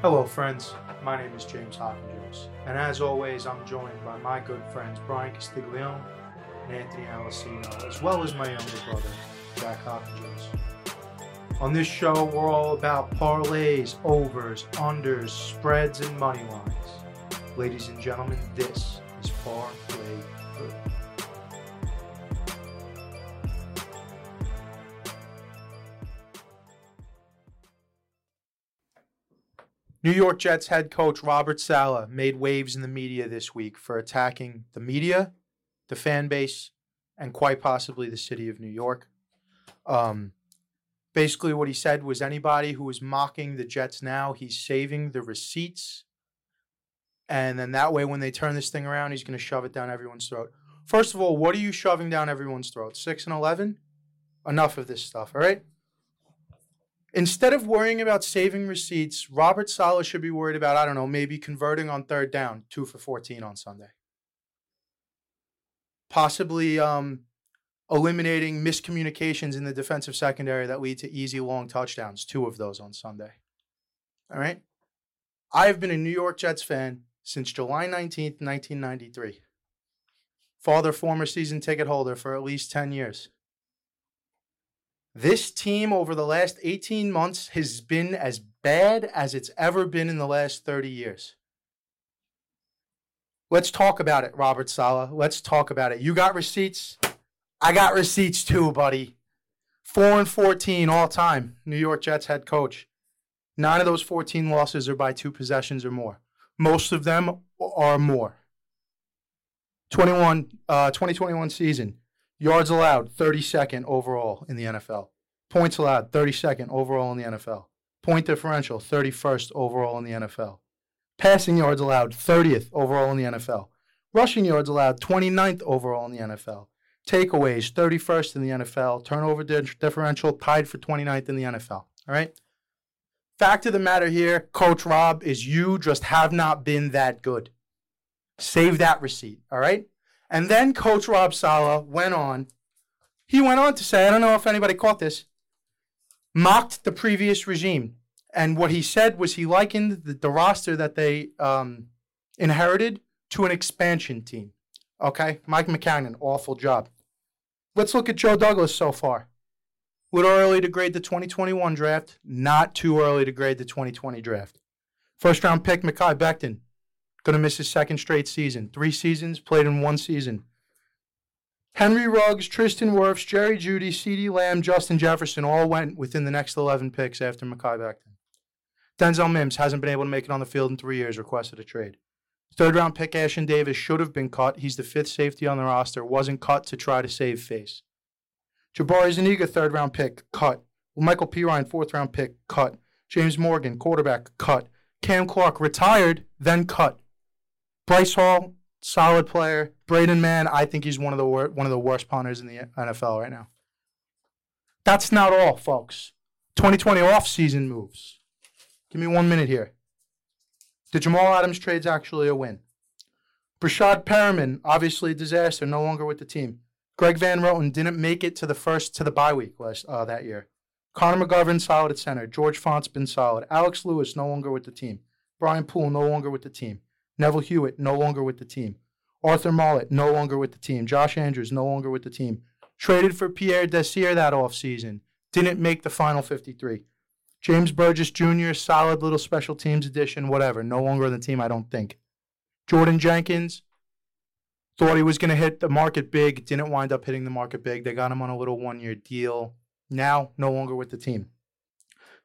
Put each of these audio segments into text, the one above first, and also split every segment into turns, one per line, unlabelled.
Hello, friends. My name is James Hopkins, and as always, I'm joined by my good friends Brian Castiglione and Anthony Alessino, as well as my younger brother, Jack Hopkins. On this show, we're all about parlays, overs, unders, spreads, and money lines. Ladies and gentlemen, this is Parlay Proof. New York Jets head coach Robert Sala made waves in the media this week for attacking the media, the fan base, and quite possibly the city of New York. Um, basically, what he said was anybody who is mocking the Jets now, he's saving the receipts. And then that way, when they turn this thing around, he's going to shove it down everyone's throat. First of all, what are you shoving down everyone's throat? 6 and 11? Enough of this stuff, all right? Instead of worrying about saving receipts, Robert Sala should be worried about, I don't know, maybe converting on third down, two for 14 on Sunday. Possibly um, eliminating miscommunications in the defensive secondary that lead to easy long touchdowns, two of those on Sunday. All right? I have been a New York Jets fan since July 19th, 1993. Father, former season ticket holder for at least 10 years. This team over the last 18 months has been as bad as it's ever been in the last 30 years. Let's talk about it, Robert Sala. Let's talk about it. You got receipts. I got receipts too, buddy. 4 and 14 all time, New York Jets head coach. Nine of those 14 losses are by two possessions or more. Most of them are more. 21 uh 2021 season, Yards allowed, 32nd overall in the NFL. Points allowed, 32nd overall in the NFL. Point differential, 31st overall in the NFL. Passing yards allowed, 30th overall in the NFL. Rushing yards allowed, 29th overall in the NFL. Takeaways, 31st in the NFL. Turnover di- differential, tied for 29th in the NFL. All right? Fact of the matter here, Coach Rob, is you just have not been that good. Save that receipt, all right? And then Coach Rob Sala went on. He went on to say, I don't know if anybody caught this, mocked the previous regime. And what he said was he likened the, the roster that they um, inherited to an expansion team. Okay? Mike McCannon, awful job. Let's look at Joe Douglas so far. Little early to grade the 2021 draft, not too early to grade the 2020 draft. First round pick, Makai Becton, Going to miss his second straight season. Three seasons, played in one season. Henry Ruggs, Tristan Wirfs, Jerry Judy, C.D. Lamb, Justin Jefferson all went within the next 11 picks after Makai Becton. Denzel Mims hasn't been able to make it on the field in three years, requested a trade. Third round pick Ashton Davis should have been cut. He's the fifth safety on the roster, wasn't cut to try to save face. Jabari Zuniga, third round pick, cut. Michael P. Ryan, fourth round pick, cut. James Morgan, quarterback, cut. Cam Clark, retired, then cut. Bryce Hall, solid player. Braden Mann, I think he's one of the wor- one of the worst punters in the NFL right now. That's not all, folks. 2020 offseason moves. Give me one minute here. The Jamal Adams trade's actually a win. Brashad Perriman, obviously a disaster, no longer with the team. Greg Van Roten didn't make it to the first to the bye week last uh, that year. Connor McGovern solid at center. George Font's been solid. Alex Lewis no longer with the team. Brian Poole no longer with the team. Neville Hewitt no longer with the team. Arthur Mollett no longer with the team. Josh Andrews no longer with the team. Traded for Pierre Desir that offseason. Didn't make the final 53. James Burgess Jr., solid little special teams addition, whatever. No longer on the team, I don't think. Jordan Jenkins thought he was going to hit the market big, didn't wind up hitting the market big. They got him on a little one year deal. Now, no longer with the team.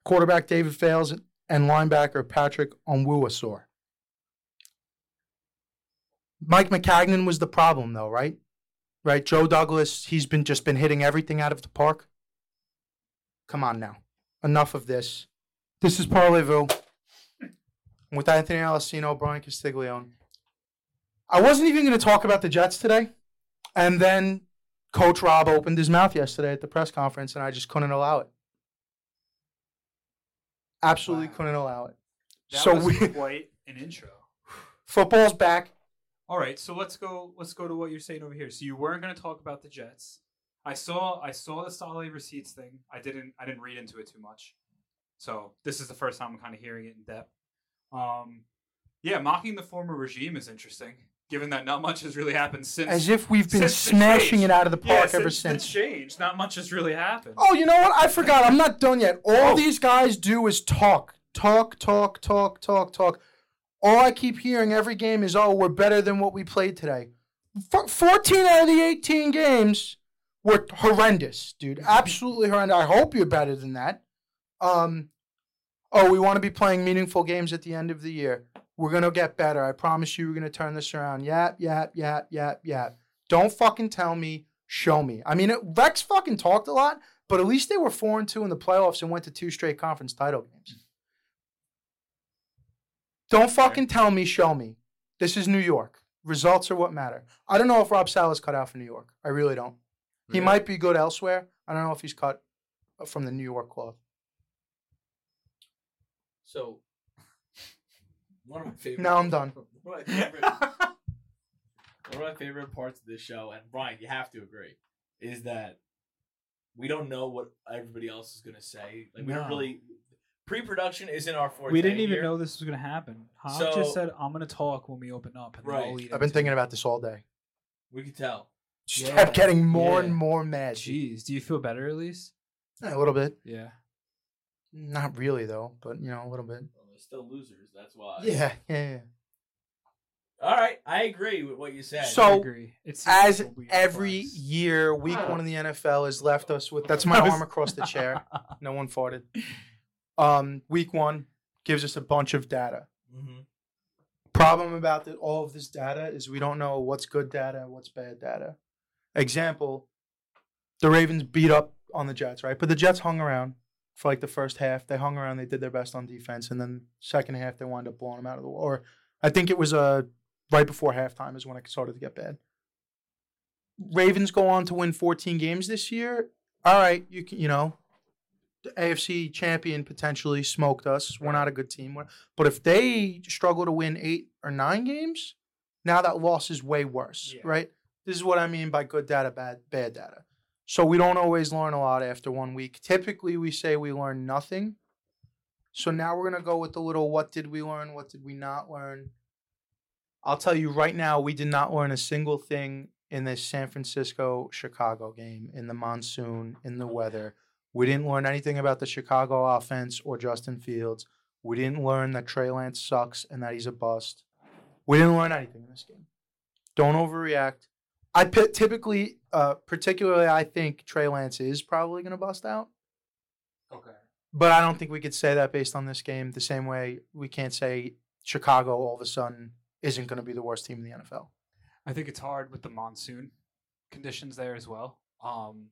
Quarterback David Fales and linebacker Patrick Onwuasor. Mike McCagnon was the problem, though, right? Right, Joe Douglas. He's been just been hitting everything out of the park. Come on now, enough of this. This is Parleyville with Anthony Alessino, Brian Castiglione. I wasn't even going to talk about the Jets today, and then Coach Rob opened his mouth yesterday at the press conference, and I just couldn't allow it. Absolutely
Wow.
couldn't allow it.
That
so
was
we
quite an intro.
football's back.
All right, so let's go. Let's go to what you're saying over here. So you weren't going to talk about the Jets. I saw. I saw the Saleh receipts thing. I didn't. I didn't read into it too much. So this is the first time I'm kind of hearing it in depth. Um, yeah, mocking the former regime is interesting, given that not much has really happened since.
As if we've been
since the
smashing
change.
it out of the
Yeah,
park ever
since
since.
the change, not much has really happened.
Oh, you know what? I forgot. I'm not done yet. All
Oh.
these guys do is talk, talk, talk, talk, talk, talk. All I keep hearing every game is, "Oh, we're better than what we played today." F- 14 out of the 18 games were horrendous, dude.
Mm-hmm.
Absolutely horrendous. I hope you're better than that. Um, oh, we want to be playing meaningful games at the end of the year. We're gonna get better. I promise you, we're gonna turn this around. Yap, yap, yap, yap, yap. Don't fucking tell me. Show me. I mean, it, Rex fucking talked a lot, but at least they were four and two in the playoffs and went to two straight conference title games. Don't fucking tell me. Show me. This is New York. Results are what matter. I don't know if Rob Sala's cut out for New York. I really don't. He
Yeah.
might be good elsewhere. I don't know if he's cut from the New York club.
So, one of my favorite.
Now I'm done.
One of my favorite, one of my favorite parts of this show, and Brian, you have to agree, is that we don't know what everybody else is gonna say. Like we don't
No.
really. Pre-production isn't our forte.
we didn't even
here.
know this was going to happen. Hop
So-
just said, "I'm going to talk when we open up." And then I'll
Right.
lead
I've been
into
thinking about this all day.
We could tell.
Just
Yeah.
kept getting more
Yeah.
and more
it.
mad.
Jeez, do you feel better at least?
A little bit.
Yeah.
Not really though, but you know, a little bit.
Well, they're still losers. That's why.
Yeah, yeah, yeah.
All right, I agree with what you said.
So-
I agree. It's
As
a weird
every
price.
year, week one of the NFL has left us with. That's my
That was-
arm across the chair. No one farted. Um, week one gives us a bunch of data.
Mhm.
problem about the, all of this data is we don't know what's good data and what's bad data. Example, the Ravens beat up on the Jets, right? But the Jets hung around for like the first half. They hung around. They did their best on defense, and then second half they wound up blowing them out of the wa- Or I think it was uh, right before halftime is when it started to get bad. Ravens go on to win 14 games this year. All right, you can, you know, the AFC champion potentially smoked us. We're not a good team. We're, but if they struggle to win eight or nine games, now that loss is way worse,
Yeah.
right? This is what I mean by good data, bad bad data. So we don't always learn a lot after one week. Typically, we say we learn nothing. So now we're gonna go with the little what did we learn, what did we not learn. I'll tell you right now, we did not learn a single thing in this San Francisco Chicago game, in the monsoon, in the weather. We didn't learn anything about the Chicago offense or Justin Fields. We didn't learn that Trey Lance sucks and that he's a bust. We didn't learn anything in this game. Don't overreact. I pi- typically, uh, particularly, I think Trey Lance is probably going to bust out,
Okay.
but I don't think we could say that based on this game. The same way we can't say Chicago all of a sudden isn't going to be the worst team in the NFL.
I think it's hard with the monsoon conditions there as well. Um,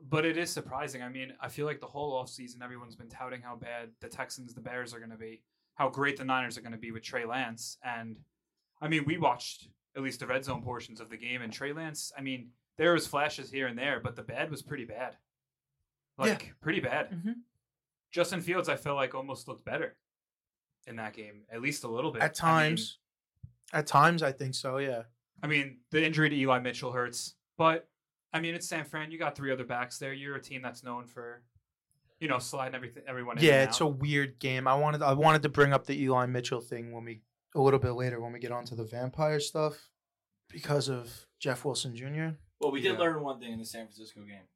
but it is surprising. I mean, I feel like the whole offseason, everyone's been touting how bad the Texans, the Bears are going to be, how great the Niners are going to be with Trey Lance. And I mean, we watched at least the red zone portions of the game, and Trey Lance, I mean, there was flashes here and there, but the bad was pretty bad.
Yeah.
Like, pretty bad.
Mhm.
Justin Fields, I felt like almost looked better in that game, at least a little bit.
At
I mean,
times, at times, I think so. Yeah.
I mean, the injury to Eli Mitchell hurts, but I mean, it's San Fran. You got three other backs there. You're a team that's known for, you know, sliding everything, everyone. in
Yeah,
and
it's a
out.
weird game. I wanted I wanted to bring up the Eli Mitchell thing when we a little bit later when we get onto the vampire stuff because of Jeff Wilson Jr.
Well, we did
Yeah.
learn one thing in the San Francisco game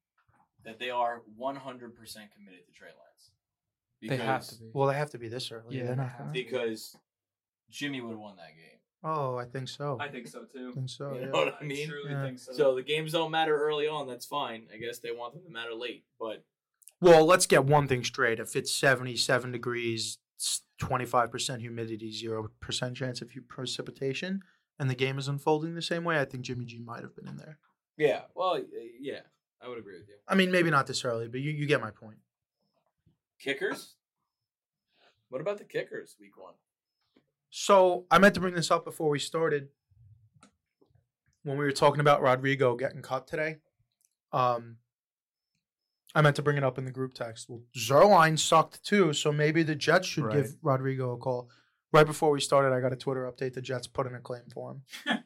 that they are 100% committed to Trey Lance.
they have to be.
Well, they have to be this early.
Yeah,
They're
they
not
have
gonna-
to.
Because Jimmy would have won that game.
Oh, I think so. I
think so too.
think so.
You
Oh, yeah.
know what I mean?
truly
Yeah.
think so.
So the games don't matter early on. That's fine. I guess they want them to matter late. But
Well, let's get one thing straight. If it's 77 degrees, 25% humidity, 0% chance of hu- precipitation, and the game is unfolding the same way, I think Jimmy G might have been in there.
yeah, well, uh, yeah, I would agree with you.
I mean, maybe not this early, but you, you get my point.
Kickers. What about the kickers? Week one.
So I meant to bring this up before we started when we were talking about Rodrigo getting cut today. Um, I meant to bring it up in the group text. Well, Zerline sucked too, so maybe the Jets should
Right.
give Rodrigo a call. Right before we started, I got a Twitter update. The Jets put in a claim for him.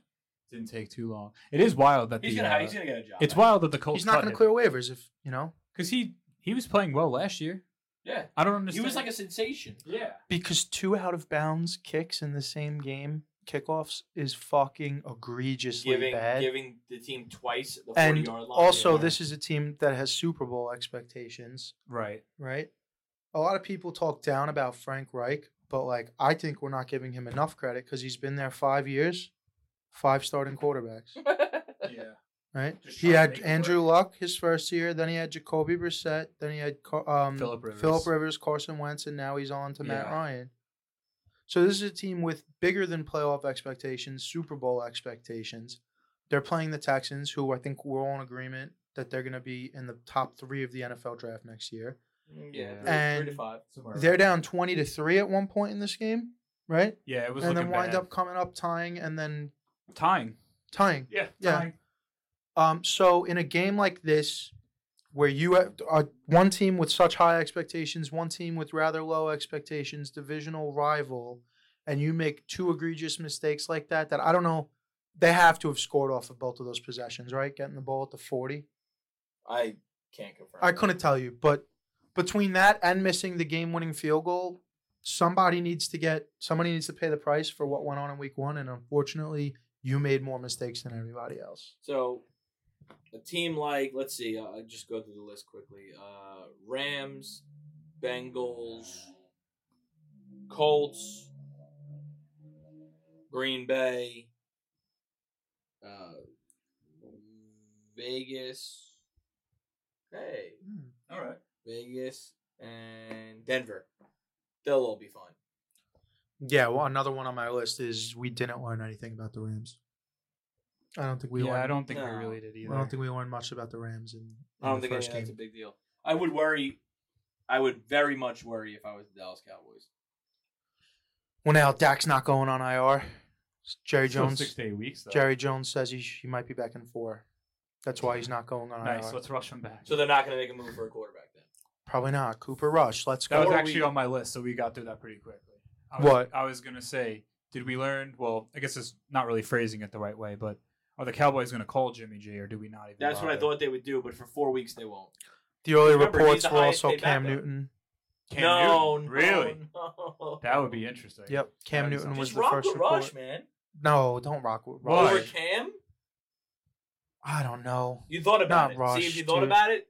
Didn't take too long. It is wild that
He's
the.
gonna.
uh,
he's gonna get a job.
it's wild that the Colts.
He's not going to clear waivers if you know.
because he he was playing well last year.
Yeah.
I don't understand.
He was like a sensation.
yeah.
Because two out of bounds kicks in the same game, kickoffs, is fucking egregiously
Giving
bad.
giving the team twice the 40
and
yard line.
also,
Yeah.
this is a team that has Super Bowl expectations,
Right.
right? A lot of people talk down about Frank Reich, but like I think we're not giving him enough credit because he's been there five years, five starting quarterbacks,
Yeah.
right?
Just
He
trying to
had
make it
Andrew Luck his first year, then he had Jacoby Brissett, then he had Car- um,
Philip Rivers.
Philip Rivers, Carson Wentz, and now he's on to Matt
Yeah.
Ryan. So this is a team with bigger than playoff expectations, Super Bowl expectations. They're playing the Texans, who I think we're all in agreement that they're going to be in the top three of the NFL draft next year.
Yeah. Three, three
And
to five. Somewhere.
They're down twenty to three at one point in this game, right?
Yeah, it was
And
looking
then wind
bad.
up coming up tying and then
tying.
tying.
Yeah.
Yeah.
Tying.
Um, so in a game like this, where you have- are one team with such high expectations, one team with rather low expectations, divisional rival, and you make two egregious mistakes like that, that I don't know, they have to have scored off of both of those possessions, right? Getting the ball at the forty,
I can't confirm.
I couldn't tell you, but between that and missing the game-winning field goal, somebody needs to get somebody needs to pay the price for what went on in week one, and unfortunately, you made more mistakes than everybody else.
So, a team like let's see, uh, I'll just go through the list quickly: uh, Rams, Bengals, Colts, Green Bay, uh, Vegas. Hey,
All right.
Vegas and Denver. They'll all be fine.
Yeah, well, another one on my list is we didn't learn anything about the Rams. I don't think we.
yeah,
learned,
I don't think we
No.
really did either.
I don't think we learned much about the Rams in, in
I don't
the
think
first
yeah, that's a
game.
big deal. I would worry. I would very much worry if I was the Dallas Cowboys.
Well, now Dak's not going on IR. Jerry
Still
Jones.
six to eight weeks though.
Jerry Jones says he, sh- he might be back in four. That's why he's not going on
Nice.
IR.
Let's rush him back.
So they're not going to make a move for a quarterback then.
Probably not. Cooper Rush. Let's
That
go.
was
Or
actually
we-
on my list, so we got through that pretty quickly. I was,
What?
I was gonna say, did we learn? Well, I guess it's not really phrasing it the right way, but are the Cowboys gonna call Jimmy G, or do we not even?
That's what I
bother?
thought they would do, but for four weeks they won't.
The early
Remember, he's
reports
the
were
highest
also
paid
Cam
backup.
Newton.
Cam
no,
Newton?
no,
really?
no.
That would be interesting.
Yep, Cam
That
Newton
is something.
was
Just
the
rock
first
with
report.
Rush, man.
No, don't rock with
Why?
Rush.
Over Cam,
I don't know.
you thought about
Not
it.
Rush,
See if you thought
dude.
about it.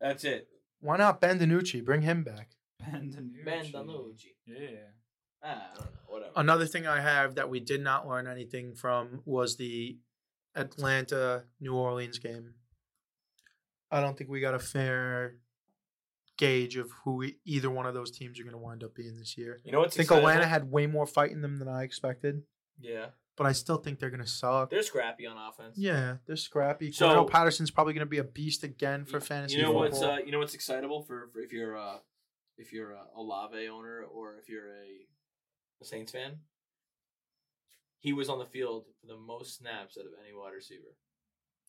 That's it.
Why not Ben DiNucci? Bring him back.
Bendanucci.
Bandanucci.
Yeah.
Ah, I don't know. Whatever.
Another thing I have that we did not learn anything from was the Atlanta New Orleans game. I don't think we got a fair gauge of who e- either one of those teams are going to wind up being this year.
you know what's
I think
exciting?
Atlanta had way more fight in them than I expected,
Yeah,
but I still think they're going to suck.
they're scrappy on offense.
yeah, they're scrappy.
So-
Cordell Patterson's probably going to be a beast again for fantasy
You know
football.
what's uh, you know what's excitable for, for if you're uh if you're a Olave owner or if you're a, a Saints fan. He was on the field for the most snaps out of any wide receiver.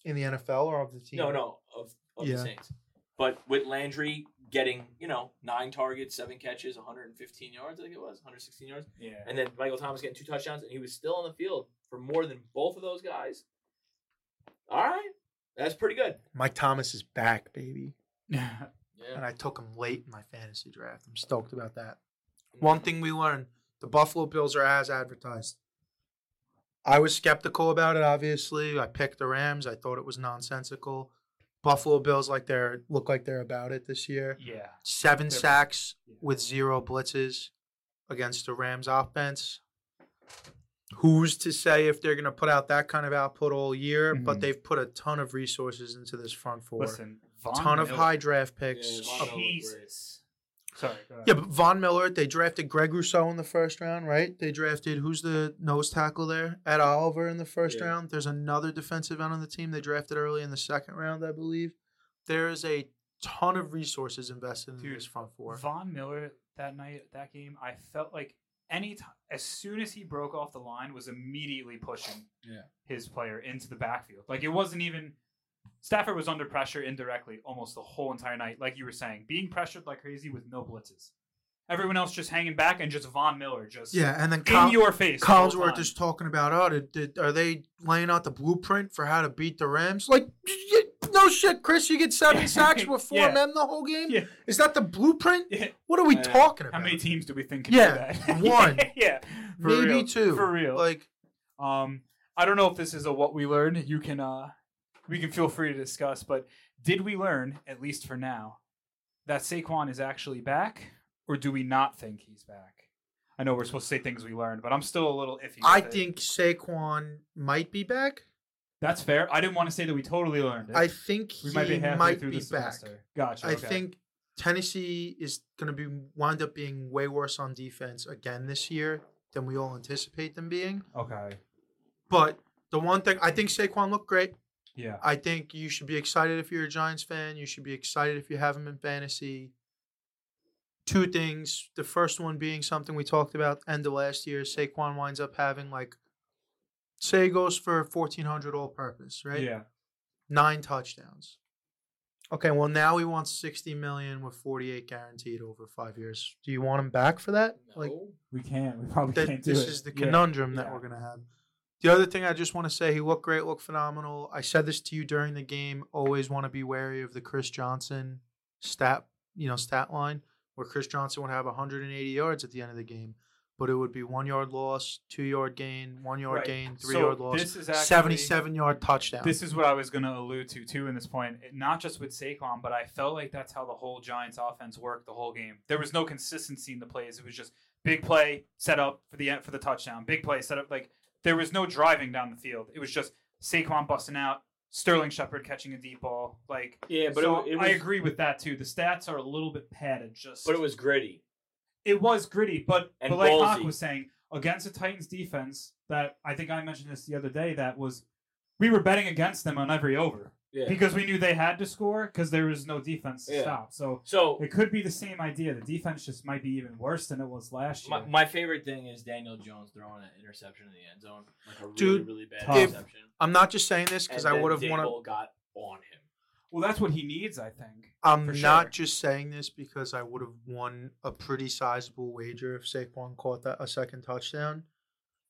in the NFL or of the team?
No, no, of, of
Yeah.
the Saints. But with Landry getting, you know, nine targets, seven catches, 115 yards, I think it was, 116 yards.
Yeah.
And then Michael Thomas getting two touchdowns, and he was still on the field for more than both of those guys. All right. That's pretty good.
Mike Thomas is back, baby.
Yeah.
and I took him late in my fantasy draft. I'm stoked about that. One thing we learned the Buffalo Bills are as advertised. I was skeptical about it, obviously. I picked the Rams, I thought it was nonsensical. Buffalo Bills like they're look like they're about it this year.
yeah.
7
They're-
sacks
Yeah.
with zero blitzes against the Rams offense. Who's to say if they're going to put out that kind of output all year? But
Mhm.
they've put a ton of resources into this front four.
Listen, Von
ton of
Miller-
high draft picks,
Yeah, Von
a
Miller was great.
Jesus. Sorry. go ahead.
yeah, but Von Miller, they drafted Greg Rousseau in the first round, right? They drafted who's the nose tackle there? Ed Oliver in the first
Yeah.
round. There's another defensive end on the team they drafted early in the second round, I believe. There is a ton of resources invested in
Dude,
this front four.
Von Miller that night, that game, I felt like any time, as soon as he broke off the line, was immediately pushing
Yeah.
his player into the backfield. Like it wasn't even Stafford was under pressure indirectly almost the whole entire night, like you were saying, being pressured like crazy with no blitzes. Everyone else just hanging back and just Von Miller just
yeah, and then
in
Col-
your face. the whole
Collinsworth
time.
is talking about, oh, did, did, are they laying out the blueprint for how to beat the Rams? Like, y- y- no no shit, Chris. You get seven sacks with four
Yeah.
men the whole game.
Yeah.
Is that the blueprint?
Yeah. Uh,
What are we
Yeah.
talking
How
about?
many teams do we think can
Yeah,
do that?
one.
yeah. For
Maybe
real.
two.
For real.
Like
Um, I don't know if this is a what we learned. You can uh, we can feel free to discuss. But did we learn, at least for now, that Saquon is actually back, or do we not think he's back? I know we're supposed to say things we learned, but I'm still a little iffy.
I
with it.
think Saquon might be back.
that's fair. I didn't want to say that we totally learned it.
I think
we
he
might be halfway
might
through
be
the
back.
semester. Gotcha.
I
okay.
think Tennessee is going to be wind up being way worse on defense again this year than we all anticipate them being.
Okay.
But the one thing I think Saquon looked great.
Yeah.
I think you should be excited if you're a Giants fan. You should be excited if you have him in fantasy. Two things. The first one being something we talked about end of last year. Saquon winds up having like, say, he goes for 1,400 all purpose, right?
Yeah.
Nine touchdowns. Okay, well, now he wants 60 million with 48 guaranteed over five years. Do you want him back for that?
No.
Like,
We can. We probably
that
can't do
this
it.
is the
Yeah.
conundrum that
Yeah.
we're gonna have. The other thing I just want to say, he looked great, looked phenomenal. I said this to you during the game. Always want to be wary of the Chris Johnson stat, you know, stat line where Chris Johnson would have 180 yards at the end of the game, but it would be one yard loss, two yard gain, one yard
Right.
gain, three
So
yard loss,
This is actually
77 yard touchdown.
This is what I was going to allude to too in this point, It- not just with Saquon, but I felt like that's how the whole Giants offense worked the whole game. There was no consistency in the plays. It was just big play set up for the for the touchdown, big play set up like there was no driving down the field. It was just Saquon busting out, Sterling Shepard catching a deep ball. Like
Yeah, but
so
it, it
I
was.
agree with that too. The stats are a little bit padded just
But it was gritty.
it was gritty, but,
And
but like Hawk
ballsy.
was saying, against the Titans defense, that I think I mentioned this the other day, that was we were betting against them on every over
Yeah.
because we knew they had to score because there was no defense to
Yeah.
stop. So
so
it could be the same idea. The defense just might be even worse than it was last year.
my, my favorite thing is Daniel Jones throwing an interception in the end zone, like a really
Dude,
really bad
tough.
interception.
I'm not just saying this because
And
I
then
would have wanted.
Dable got on him.
well, that's what he needs, I think.
I'm
for
not
sure.
just saying this because I would have won a pretty sizable wager if Saquon caught that a second touchdown.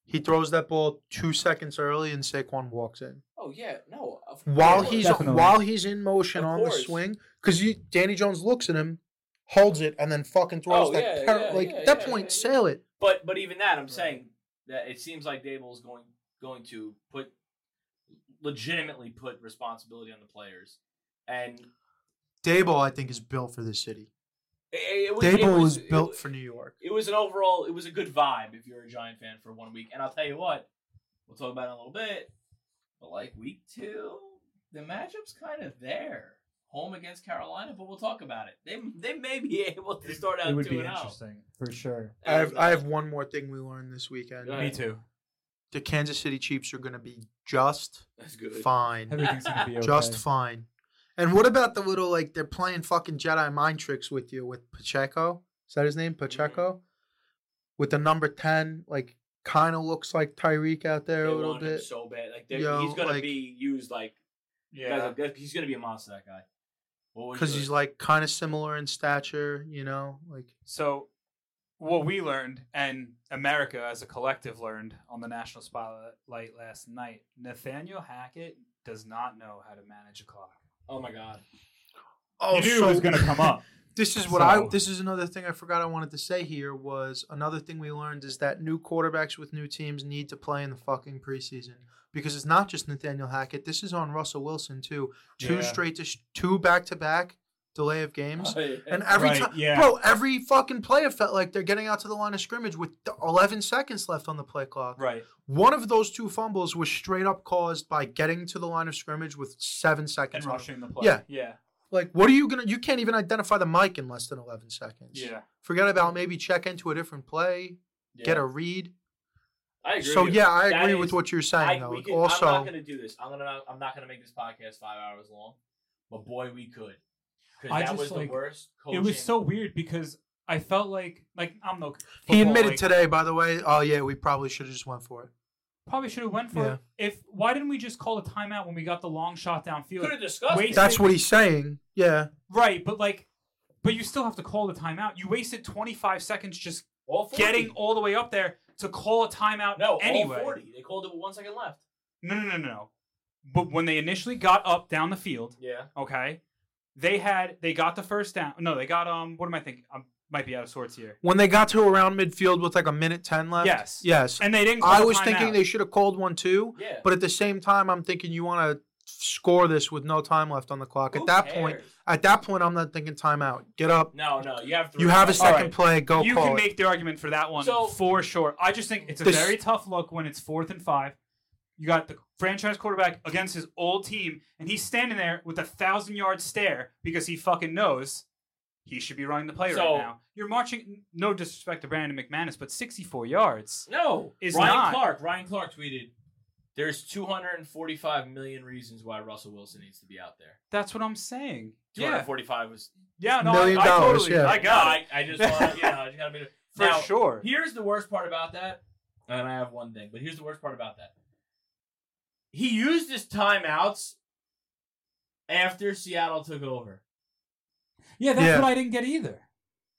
He throws that ball two seconds early and Saquon walks in.
Oh yeah, no. Of
While
course.
he's
Definitely.
while he's in motion
Of
on the
course.
swing, because you Danny Jones looks at him, holds it, and then fucking throws
Oh,
that
yeah,
par-
yeah,
like
yeah,
at that
yeah,
point,
yeah, yeah.
sail it.
But but even that, I'm
Right.
saying that it seems like Dable is going going to put legitimately put responsibility on the players, and
Dayball, I think, is built for this city.
it, it was, it
Dayball
was-
is built
it,
for New York.
It was an overall, it was a good vibe if you're a Giant fan for one week, and I'll tell you what, we'll talk about it in a little bit, but like week two, the matchup's kind of there. Home against Carolina, but we'll talk about it. They they may be able to start out
It would
two
be
and oh. out.
interesting for sure.
I have I have one more thing we learned this weekend.
Yeah.
Me too.
The Kansas City Chiefs are going to be just
That's good.
fine.
Everything's gonna be okay.
just fine. And what about the little like they're playing fucking Jedi mind tricks with you with Pacheco? Is that his name, Pacheco? With the number ten, like kind of looks like Tyreek out there
They
a little
want him
bit.
so bad. Like they're-
Yo,
he's gonna
like-
be used like That's
Yeah.
a- that- he's gonna be a monster. That guy. What was
Because
it?
he's like kind of similar in stature, you know. Like
So, what we learned, and America as a collective learned on the national spotlight last night, Nathaniel Hackett does not know how to manage a clock.
oh my god.
oh,
he knew it was going to come up.
this is what I.
So-
This is another thing I forgot I wanted to say here was another thing we learned is that new quarterbacks with new teams need to play in the fucking preseason because it's not just Nathaniel Hackett. This is on Russell Wilson too. Two
Yeah. Uh,
straight to sh- two back to back delay of games. And every
Right,
time,
yeah.
bro, every fucking play it felt like they're getting out to the line of scrimmage with th- 11 seconds left on the play clock.
Right.
One of those two fumbles was straight up caused by getting to the line of scrimmage with seven
And
seconds left.
rushing the play.
Yeah.
Yeah.
Like, what are you gonna? You can't even identify the mic in less than 11 seconds.
Yeah.
Forget about maybe check into a different play,
Yeah.
get a read.
I agree
So
with
yeah,
you.
I
That
agree
is-
with what you're saying
I,
though.
we
Like,
can,
also,
I'm not gonna do this. I'm gonna. I'm not gonna make this podcast five hours long. But boy, we could. Because
I
that
just,
was
like,
the worst. Coaching.
It was so weird because I felt like, like, I'm no.
he
football,
admitted
like,
today, by the way. Oh yeah, we probably should have just went for it.
Probably should have went for it. If why didn't we just call a timeout when we got the long shot
Could
downfield?
have discussed.
Wait,
it.
That's what he's saying. Yeah,
Right, but like, but you still have to call the timeout. You wasted 25 seconds just
all 40.
getting all the way up there to call a timeout
no all
anyway.
forty. They called it with one second left.
No, no, no, no, no. But when they initially got up down the field,
Yeah.
okay, they had they got the first down. No, they got um. What am I thinking? I might be out of sorts here.
When they got to around midfield with like a minute ten left.
Yes.
Yes.
And they didn't. Call
I was
timeout.
thinking they should have called one too,
Yeah.
but at the same time, I'm thinking you want to score this with no time left on the clock.
Who
at that point,
cares?
at that point, I'm not thinking timeout. Get up.
No, no, you have three.
You have a
minutes.
second
right.
play. Go
you
call
can
it.
make the argument for that one
So-
for sure. I just think it's a
This-
very tough look when it's fourth and five. You got the franchise quarterback against his old team, and he's standing there with a thousand yard stare because he fucking knows he should be running the play
So-
right now. You're marching. No disrespect to Brandon McManus, but 64 yards.
No,
Is
Ryan
not.
Clark. Ryan Clark tweeted, "There's 245 million reasons why Russell Wilson needs to be out there."
That's what I'm saying. Yeah,
245 was.
yeah, no,
Million
I, I
dollars,
totally,
yeah.
I got it
I, I just want. You know, I just gotta be.
for
Now,
sure.
Here's the worst part about that, and I have one thing, but here's the worst part about that. He used his timeouts after Seattle took over
Yeah,
that's Yeah. what
I didn't get either.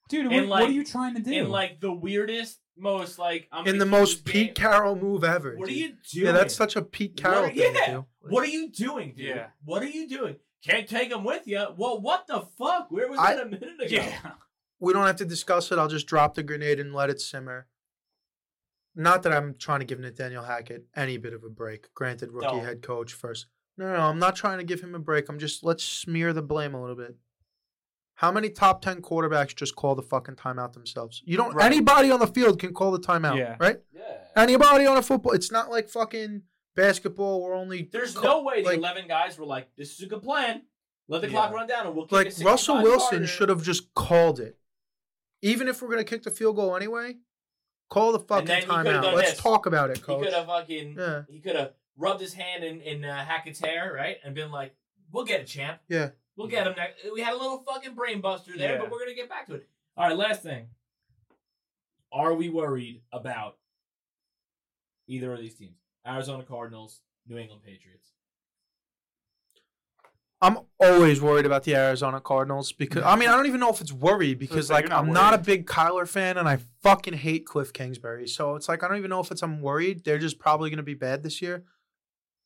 Dude,
what- And, what are like- you
trying to do?
in like the weirdest, most like I'm
in
gonna
the
keep
most
this
Pete
game-
Carroll move ever.
What are
dude.
you doing?
Yeah, that's such a Pete
What
Carroll
are-
thing
yeah.
to do.
What are you doing, dude?
Yeah.
What are you doing? Can't take him with you. Well, what the fuck? Where was
I-
that a minute ago?
yeah,
we don't have to discuss it. I'll just drop the grenade and let it simmer. Not that I'm trying to give Nathaniel Hackett any bit of a break. Granted, rookie
No.
head coach first. No, no, no, I'm not trying to give him a break. I'm just let's smear the blame a little bit. How many top ten quarterbacks just call the fucking timeout themselves? You don't.
Right.
Anybody on the field can call the timeout,
Yeah.
right?
Yeah.
Anybody on a football. It's not like fucking basketball. We're only
There's
co-
no way the
like-
eleven guys were like, "This is a good plan. Let the clock
Yeah.
run down, and we'll kick
like
a 65
Russell Wilson
yarder."
should have just called it. Even if we're gonna kick the field goal anyway, call the fucking
then he could've
timeout.
done
Let's
this.
talk about it,
He
coach.
could have fucking.
Yeah.
He could have rubbed his hand in in uh, Hackett's hair, right, and been like, "We'll get it, champ.
Yeah.
We'll get him." Next. We had a little fucking brain buster there,
Yeah.
but we're gonna get back to it. All right, last thing. Are we worried about either of these teams? Arizona Cardinals, New England Patriots.
I'm always worried about the Arizona Cardinals because I mean I don't even know if it's worried because
so
like
you're not
I'm not a
worried.
big Kyler fan and I fucking hate Cliff Kingsbury. So it's like I don't even know if it's I'm worried. They're just probably gonna be bad this year.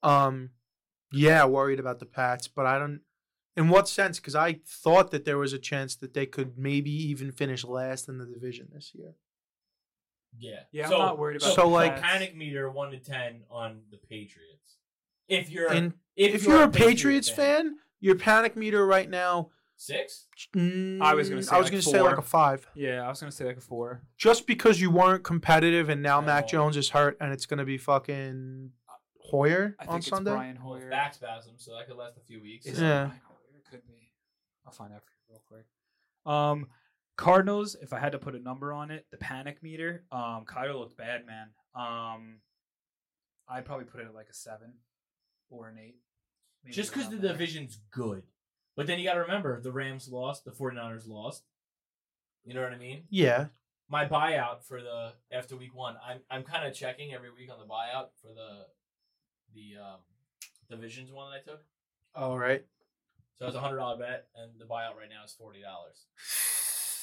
Um yeah, worried about the Pats, but I don't in what sense? Because I thought that there was a chance that they could maybe even finish last in the division this year.
Yeah.
Yeah, I'm not worried about
So, the like-
Pats.
panic meter one to ten on the Patriots. If you're
And
if,
if, you're, a Patriots fan, your panic meter right now.
six.
I was gonna
mm,
say
I was
like
gonna say like
four.
a five,
yeah. I was gonna say like a four.
just because you weren't competitive, and now Mac
No.
Jones is hurt, and it's gonna be fucking Hoyer
I think
on
it's
Sunday.
Brian
Well, Oh, it's
Hoyer.
back spasm, so that could last a few weeks.
Is
Yeah.
it Brian Hoyer? It could be. I'll find out for you real quick. Um, Cardinals. If I had to put a number on it, the panic meter. Um, Kyler looked bad, man. Um, I'd probably put it at like a seven or an eight. Maybe
Just because
around
the
there.
division's good, but then you got to remember the Rams lost, the 49ers lost. You know what I mean?
Yeah,
My buyout for the after week one, I'm I'm kind of checking every week on the buyout for the the um, divisions one that I took.
all right.
So it's a hundred dollar bet, and the buyout right now is forty dollars.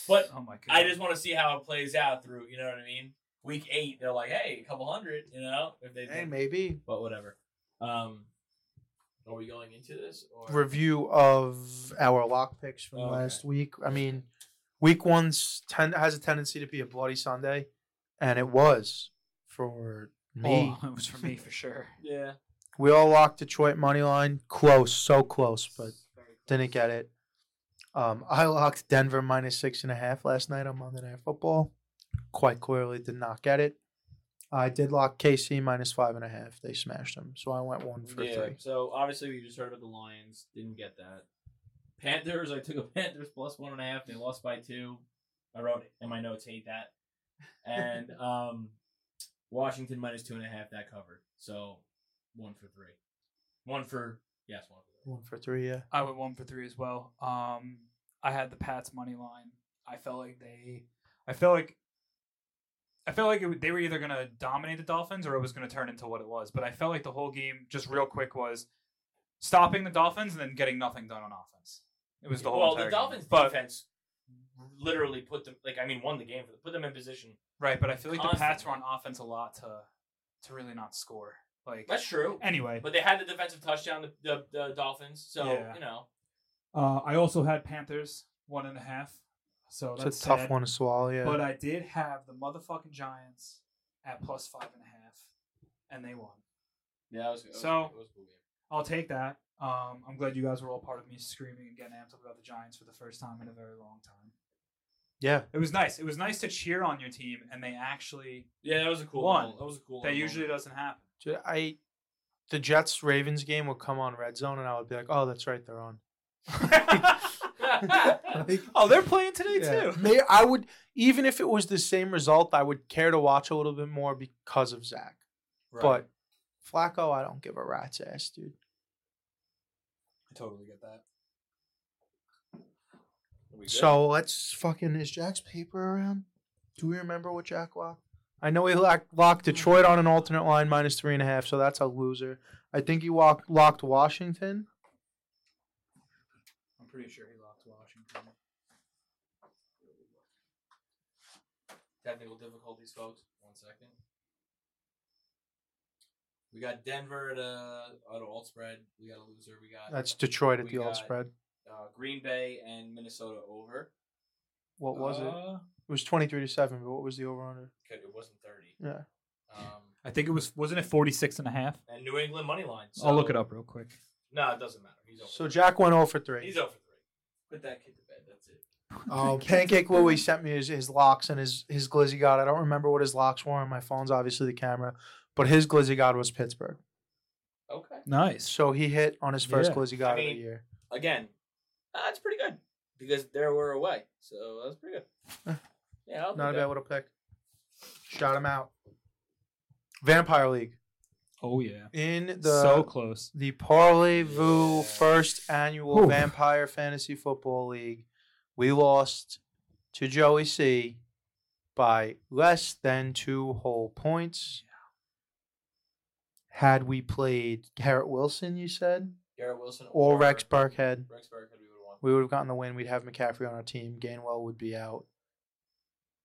But
Oh my god!
I just want to see how it plays out through. You know what I mean? Week eight, they're like, hey, a couple hundred. You know, if they,
Hey, maybe
but whatever. Um, are we going into this? Or?
review of our lock picks from
Okay.
last week. I mean, week one's ten has a tendency to be a bloody Sunday, and it was for me.
Oh, it was for me for sure.
yeah,
We all locked Detroit money line. Close, so close, but didn't get it. Um, I locked Denver minus six and a half last night on Monday Night Football. Quite clearly did not get it. I did lock KC minus five and a half. They smashed them, so I went one for
yeah.
three.
So obviously, we just heard about the Lions. Didn't get that. Panthers. I took a Panthers plus one and a half. They lost by two. I wrote it in my notes. Hate that. And um, Washington minus two and a half. That covered. So one for three. One for yes. One for three.
One for three, yeah.
I went one for three as well. Um, I had the Pats money line. I felt like they, I felt like, I felt like it, w- they were either gonna dominate the Dolphins or it was gonna turn into what it was. But I felt like the whole game, just real quick, was stopping the Dolphins and then getting nothing done on offense. It was the whole
well,
entire
the Dolphins
game. But-
defense literally put them like I mean won the game for them, put them in position.
right? But I feel like the Pats were
constantly.
on offense a lot to, to really not score. Like
That's true.
anyway,
But they had the defensive touchdown, the, the, the Dolphins. So
Yeah.
you know,
uh, I also had Panthers one and a half. So
It's
that's
a tough
sad.
one to swallow. Yeah.
But I did have the motherfucking Giants at plus five and a half, and they won.
yeah, that was, that was-
So-
that was a cool game.
I'll take that. Um, I'm glad you guys were all part of me screaming and getting amped up about the Giants for the first time in a very long time.
yeah.
It was nice. It was nice to cheer on your team, and they actually
Yeah, that was a cool
One.
one. That was a cool.
that
little
usually
moment.
doesn't happen.
Ju- I the Jets Ravens game would come on red zone and I would be like, Oh, that's right, they're on. Like,
Oh, they're playing today
yeah.
too.
May- I would even if it was the same result, I would care to watch a little bit more because of Zach.
Right.
But Flacco, I don't give a rat's ass, dude.
I totally get that. We good?
So let's fucking is Jack's paper around? Do we remember what Jack locked? I know he locked, locked
Mm.
Detroit on an alternate line minus three and a half, so that's a loser. I think he walked, locked Washington.
I'm pretty sure he locked Washington.
technical difficulties, folks. One second. We got Denver at a at an alt spread. We got a loser. We got
That's Detroit at
We
the
got-
alt spread.
uh, Green Bay and Minnesota over.
What was it? It
Uh,
was twenty three to seven, but what was the over under?
okay, It wasn't thirty.
Yeah.
Um,
I think it was wasn't it 46 and a half?
and New England money line.
I'll look it up real quick.
No, it doesn't matter. He's over.
So Jack went 0 for
three.
three.
He's over three. Put that kid to bed. That's it.
Um, Pancake Louie sent me his, his locks and his, his glizzy god. I don't remember what his locks were on my phone's obviously the camera, but his glizzy god was Pittsburgh.
Okay.
Nice.
So he hit on his first
Yeah.
glizzy god
mean-
of the year.
Again, that's pretty good because they were away, so that's pretty
Huh.
good. Yeah, I'll
Not a
do
bad
that.
little pick. Shout him out. Vampire League
Oh yeah.
in the
so close.
the Parlez-vous first annual
Whew.
Vampire Fantasy Football League. We lost to Joey C by less than two whole points. Had we played Garrett Wilson, you said,
Garrett Wilson
or Rex Burkhead,
Rex Burkhead, we would have won.
we would have gotten the win. We'd have McCaffrey on our team. Gainwell would be out.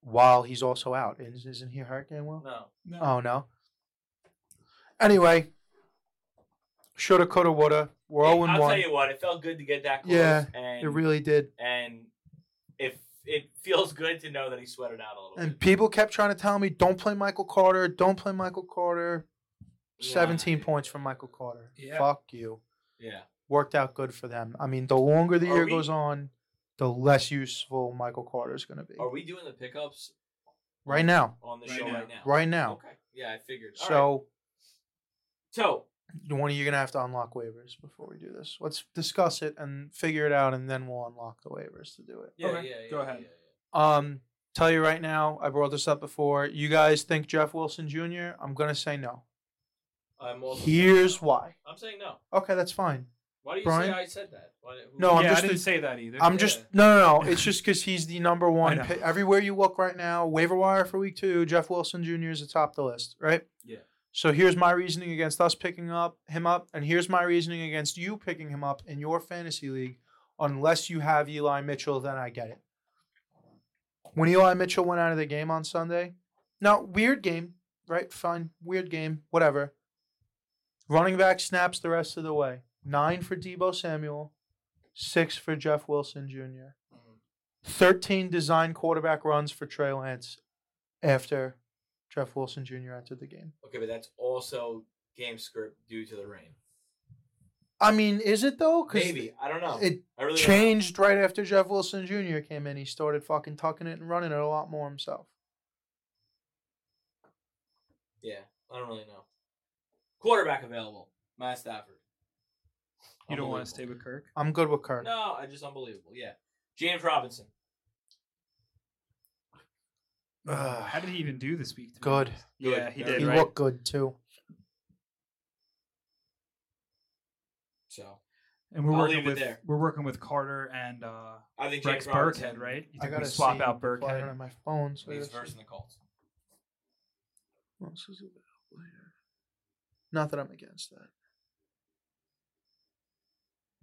While he's also out, Is- isn't he hurt? Gainwell?
No.
No.
Oh no. Anyway, shoulda, coulda, woulda. We're zero
I'll
and
tell
one.
you what, it felt good to get that close.
Yeah,
and
It really did.
and if it feels good to know that he sweated out a little
And
bit.
people kept trying to tell me, "Don't play Michael Carter. Don't play Michael Carter."
Yeah.
Seventeen points from Michael Carter.
Yeah.
Fuck you.
Yeah.
Worked out good for them. I mean, the longer the
Are
year
we-
goes on, the less useful Michael Carter is going to be.
Are we doing the pickups
Right now.
on the
Right
show
now.
right now?
Right now.
Okay. Yeah, I figured. All right.
So,
so
the one you're going to have to unlock waivers before we do this. Let's discuss it and figure it out, and then we'll unlock the waivers to do it.
yeah,
Okay,
yeah, yeah,
go ahead.
yeah, yeah.
Um, tell you right now, I brought this up before. You guys think Jeff Wilson Jr.? I'm going to say no.
I'm also
Here's why.
I'm saying no.
Okay, that's fine.
Why do you
Brian?
say I said that? Why, who-
No, I'm
yeah,
just
I didn't
a-
say that either.
I'm
Yeah.
just no, no, no. It's just because he's the number one.
know.
Pick. Everywhere you look right now, waiver wire for week two, Jeff Wilson Jr. is atop the list, right?
Yeah.
So here's my reasoning against us picking up him up, and here's my reasoning against you picking him up in your fantasy league. Unless you have Eli Mitchell, then I get it. When Eli Mitchell went out of the game on Sunday, now weird game, right? Fine, weird game, whatever. Running back snaps the rest of the way. Nine for Debo Samuel, six for Jeff Wilson Jr.
Mhm.
13 design quarterback runs for Trey Lance after Jeff Wilson Jr. entered the game.
Okay, but that's also game script due to the rain.
I mean, is it though? 'Cause
Maybe I don't know.
It
I really don't know.
changed right after Jeff Wilson Jr. came in. He started fucking tucking it and running it a lot more himself.
Yeah, I don't really know. Quarterback available, Matt Stafford.
you don't want to
Unbelievable.
stay with Kirk.
I'm good with Kirk.
No, I just unbelievable. Yeah, James Robinson.
Ugh.
How did he even do this week? to be
Good.
honest?
Good.
Yeah, he
Very
did.
he
right?
looked good too.
So
And we're
I'll
working
leave it
with
there.
we're working with Carter and uh,
I think
Rex
James Robinson,
Burkhead, right? You
I
think
gotta
we swap
see
out
if I don't
Burkhead?
have my phone. So
He's
this is-
versing the Colts.
what else is available here? Not that I'm against that.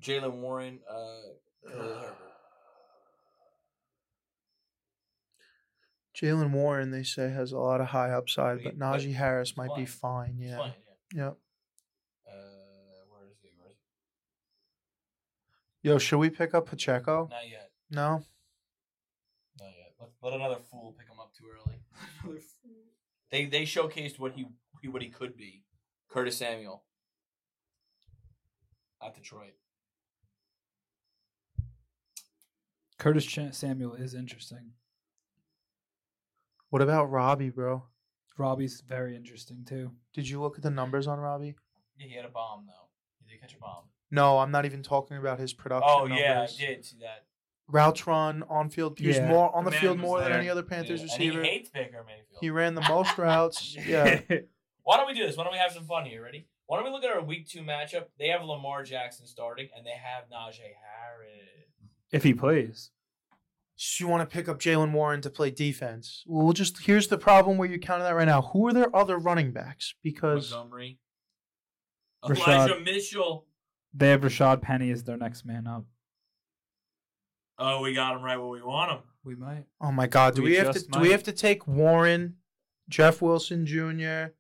Jalen Warren, uh, Khalil Herbert.
Jalen Warren, they say, has a lot of high upside,
But he-
but
but
Najee Harris might be
fine.
fine.
He's
Yeah.
playing, yeah. Uh,
Yep.
receivers.
Yo, should we pick up Pacheco?
Not yet.
No.
Not yet. Let, let another fool pick him up too early.
Another
They they showcased what he he- what he could be. Curtis Samuel. At Detroit.
Curtis Ch- Samuel is interesting.
What about Robbie, bro?
Robbie's very interesting too.
Did you look at the numbers on Robbie?
Yeah, he had a bomb though. He did catch a bomb.
No, I'm not even talking about his production.
Oh yeah,
numbers.
I did see that.
Routes run on field. He was
Yeah.
more on
The
the,
man
field
was
more than
there.
any other Panthers
Yeah, and
receiver.
he
He,
hates Baker Mayfield.
ran the most routes. Yeah.
Why don't we do this? Why don't we have some fun here? Ready? Why don't we look at our week two matchup? They have Lamar Jackson starting, and they have Najee Harris.
if he plays.
So you want to pick up Jalen Warren to play defense? Well, just here's the problem where you counter that right now. Who are their other running backs? Because
Montgomery.
Rashad.
Elijah Mitchell.
They have Rashad Penny as their next man up.
Oh, we got him right where we want him.
We might.
oh my God, do
We
we, have to
just
do we
might.
have to take Warren, Jeff Wilson Jr.,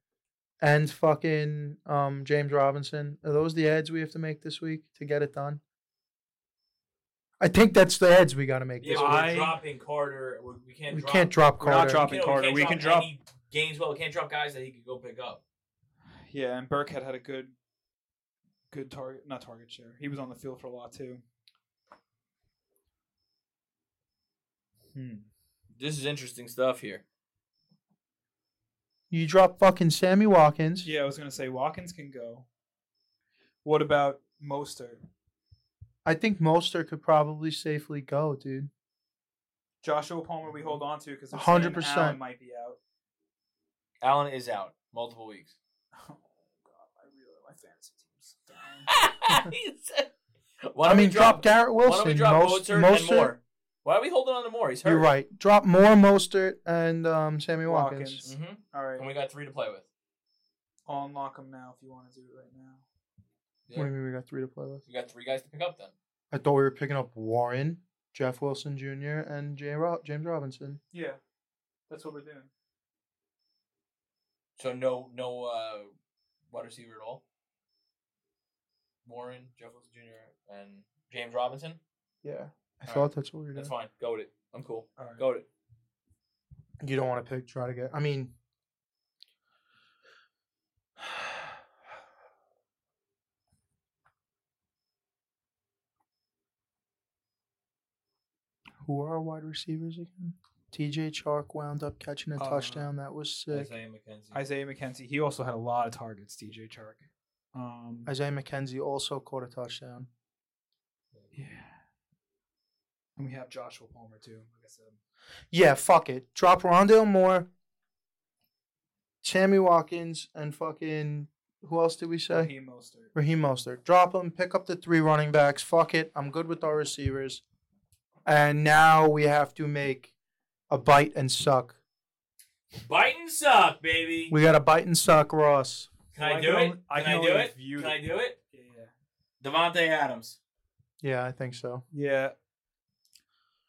and fucking um, James Robinson? Are those the ads we have to make this week to get it done? I think that's the ads we got to make
Yeah,
this
but
week.
I-
we're dropping Carter. We we can't.
we
drop,
can't drop
We're
Carter.
not dropping
you know,
Carter. We can drop.
any Gainswell. We can't drop guys that he could go pick up.
Yeah, and Burkhead had a good, good target. Not target share. He was on the field for a lot too. Hmm.
This is interesting stuff here.
You drop fucking Sammy Watkins.
Yeah, I was gonna say Watkins can go. What about Mostert?
I think Mostert could probably safely go, dude.
Joshua Palmer we hold on to because
100%.
might be out.
Allen is out multiple weeks.
Oh god, I really my fantasy team's down.
He said- why
I
don't we
mean, drop, Garrett
Why
Wilson.
don't we drop
Most-
Mozart and
Mostert-
Moore? Why are we holding on to Moore? He's hurt.
You're right. Drop Moore, Mostert, and um, Sammy Watkins.
Watkins.
hmm
All
And
right,
we got three to play with.
I'll unlock him now if you want to do it right now.
What do
Yeah.
you mean we got three to play with?
We got three guys to pick up then.
I thought we were picking up Warren, Jeff Wilson Jr., and J- Ro- James Robinson.
Yeah, that's what we're doing.
So no, no uh, wide receiver at all. Warren, Jeff Wilson Jr., and James Robinson.
Yeah. I
All
thought
right.
that's what we were doing.
That's fine. Go with it. I'm cool.
All right.
Go with it.
You don't want to pick, try to get. I mean, who are our wide receivers again? TJ Chark wound up catching a
Uh,
touchdown. That was sick.
Isaiah McKenzie.
Isaiah McKenzie. He also had a lot of targets. DJ Chark. Um,
Isaiah McKenzie also caught a touchdown.
yeah. And we have Joshua Palmer too. Like I said,
Yeah, fuck it. Drop Rondale Moore, Sammy Watkins, and fucking who else did we say?
Raheem Mostert.
Raheem Mostert. Drop him, pick up the three running backs. Fuck it. I'm good with our receivers. And now we have to make a bite and suck.
Bite and suck, baby.
We got a bite and suck, Ross.
can I
I can
do it?
only- I
can
can
I do
only
it?
view
Can
the-
I do it?
Yeah.
Devontae Adams.
Yeah, I think so.
Yeah.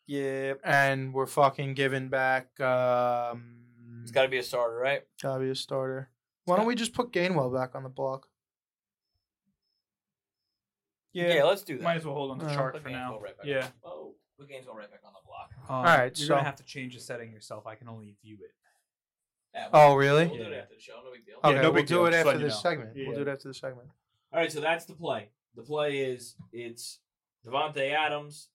Yeah.
And we're fucking giving back um
It's got to be a starter, right?
gotta be a starter. Why don't we just put Gainwell back on the block?
Yeah.
let's do that.
Might as well hold on to
Uh,
Chark
Put
for
Gaines
now.
all right back
yeah.
On. Oh, put Gainesville right back on the block.
All
right,
Um, You're
so-
gonna have to change the setting yourself. I can only view it.
Yeah, we'll-
Oh, really?
We'll do it
Yeah.
after the show. No big deal.
Okay,
no
we'll
big
do
deal.
it
Just
after
letting you
this
know.
segment.
Yeah.
We'll do it after the segment.
All right, so that's the play. The play is it's Devontae Adams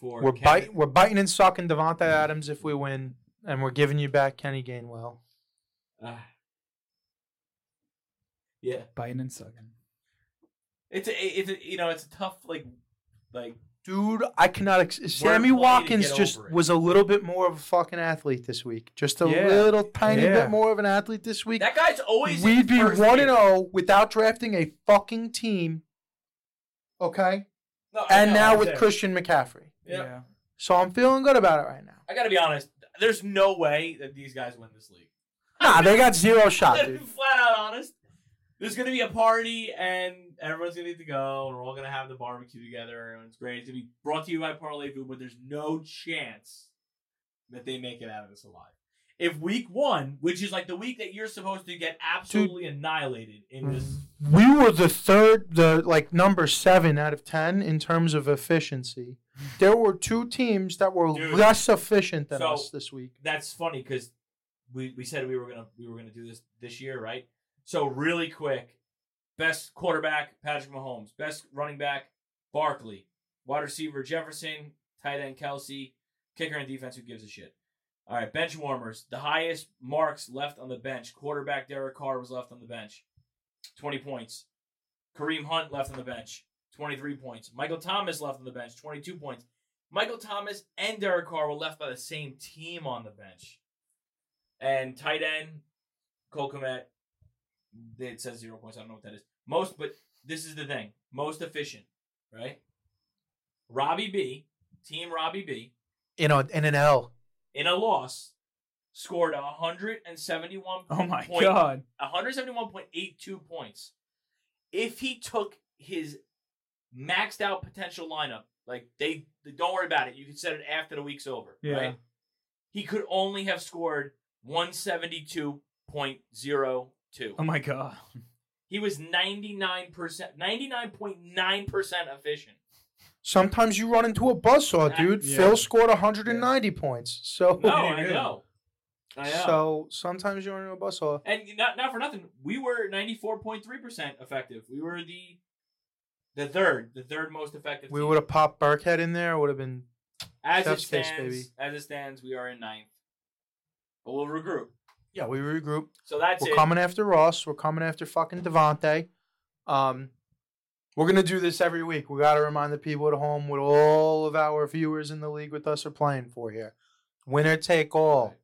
for
We're
Kenny.
bite, we're biting and sucking Devontae Adams if we win, and we're giving you back Kenny Gainwell.
Ah. yeah,
Biting and sucking.
it's a, it's a, you know it's a tough like like
Dude, I cannot. Ex- Sammy
plenty to
Watkins
get
just
over it.
was a little bit more of a fucking athlete this week. Just a
Yeah.
little tiny
Yeah.
bit more of an athlete this week.
that guy's always
We'd be
first
one and
year.
zero without drafting a fucking team. Okay,
No, I
and
know,
now
I'm
with
saying.
Christian McCaffrey,
Yeah.
yeah.
so I'm feeling good about it right now.
I gotta be honest. There's no way that these guys win this league.
Nah, they got zero shot,
Let's be
dude.
flat out honest. There's gonna be a party and everyone's gonna need to go and we're all gonna have the barbecue together and it's great. It's gonna be brought to you by Parlay Food, but there's no chance that they make it out of this alive. if week one, which is like the week that you're supposed to get absolutely annihilated in this,
Mm-hmm. We were the third, the like number seven out of ten in terms of efficiency. There were two teams that were
Mm-hmm. Dude.
less efficient than
So-
us this week.
that's funny because we, we said we were gonna we were gonna do this this year, right? So really quick, best quarterback Patrick Mahomes, best running back Barkley, wide receiver Jefferson, tight end Kelsey, kicker and defense. Who gives a shit? All right, bench warmers. The highest marks left on the bench. Quarterback Derek Carr was left on the bench, twenty points. Kareem Hunt left on the bench, twenty three points. Michael Thomas left on the bench, twenty two points. Michael Thomas and Derek Carr were left by the same team on the bench. And tight end, Cole Komet, it says zero points. I don't know what that is. Most, but this is the thing most efficient, right? Robbie B, team Robbie B,
You know, in an L.
in a loss, scored 171
Oh my
point
god.
171.82 points. If he took his maxed out potential lineup, like they don't worry about it, you can set it after the week's over,
Yeah.
right? He could only have scored 172.02.
Oh
Um,
my god.
He was 99%, 99.9% efficient.
Sometimes you run into a buzzsaw,
That-
dude.
yeah.
Phil scored 190 points. So,
No,
yeah,
I
yeah.
know. I know.
so sometimes you run into a buzzsaw.
and not not for nothing, we were 94.3% effective. We were the the third, the third most effective.
We
team.
would have popped Burkhead in there. Would have been
As it
Chef's kiss,
stands,
baby.
as it stands, we are in ninth. But we'll regroup.
yeah. We regroup.
So that's
we're
it.
coming after Ross. We're coming after fucking Devontae. Um, we're gonna do this every week. We gotta remind the people at home what all of our viewers in the league with us are playing for here. Winner take all.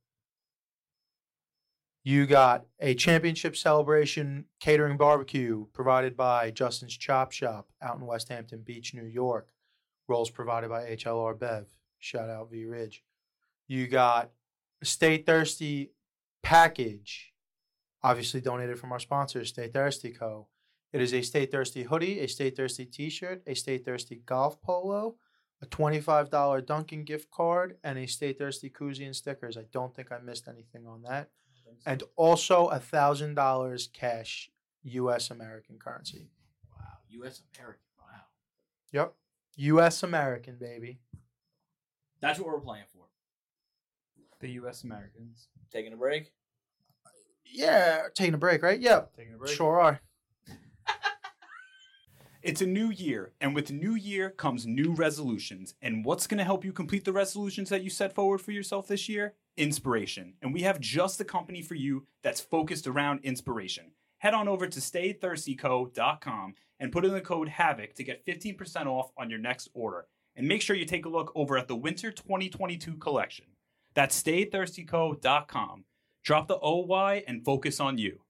You got a championship celebration catering barbecue provided by Justin's Chop Shop out in West Hampton Beach, New York. Rolls provided by HLR Bev. Shout out V Ridge. You got a Stay Thirsty package obviously donated from our sponsors, Stay Thirsty Co. It is a Stay Thirsty hoodie, a Stay Thirsty t shirt, a Stay Thirsty golf polo, a $25 Dunkin' gift card, and a Stay Thirsty koozie and stickers. I don't think I missed anything on that. And also a $1,000 cash US American currency.
wow, U.S. American. Wow,
Yep. US American, baby.
that's what we're playing for.
The US Americans.
Taking a break.
Yeah. Taking a break, right? Yeah.
Taking a
Sure are.
It's a new year, and with new year comes new resolutions. And what's going to help you complete the resolutions that you set forward for yourself this year? Inspiration. And we have just the company for you that's focused around inspiration. Head on over to staythirstyco.com and put in the code HAVOC to get 15% off on your next order. And make sure you take a look over at the Winter 2022 collection. That's staythirstyco.com. Drop the OY and focus on you.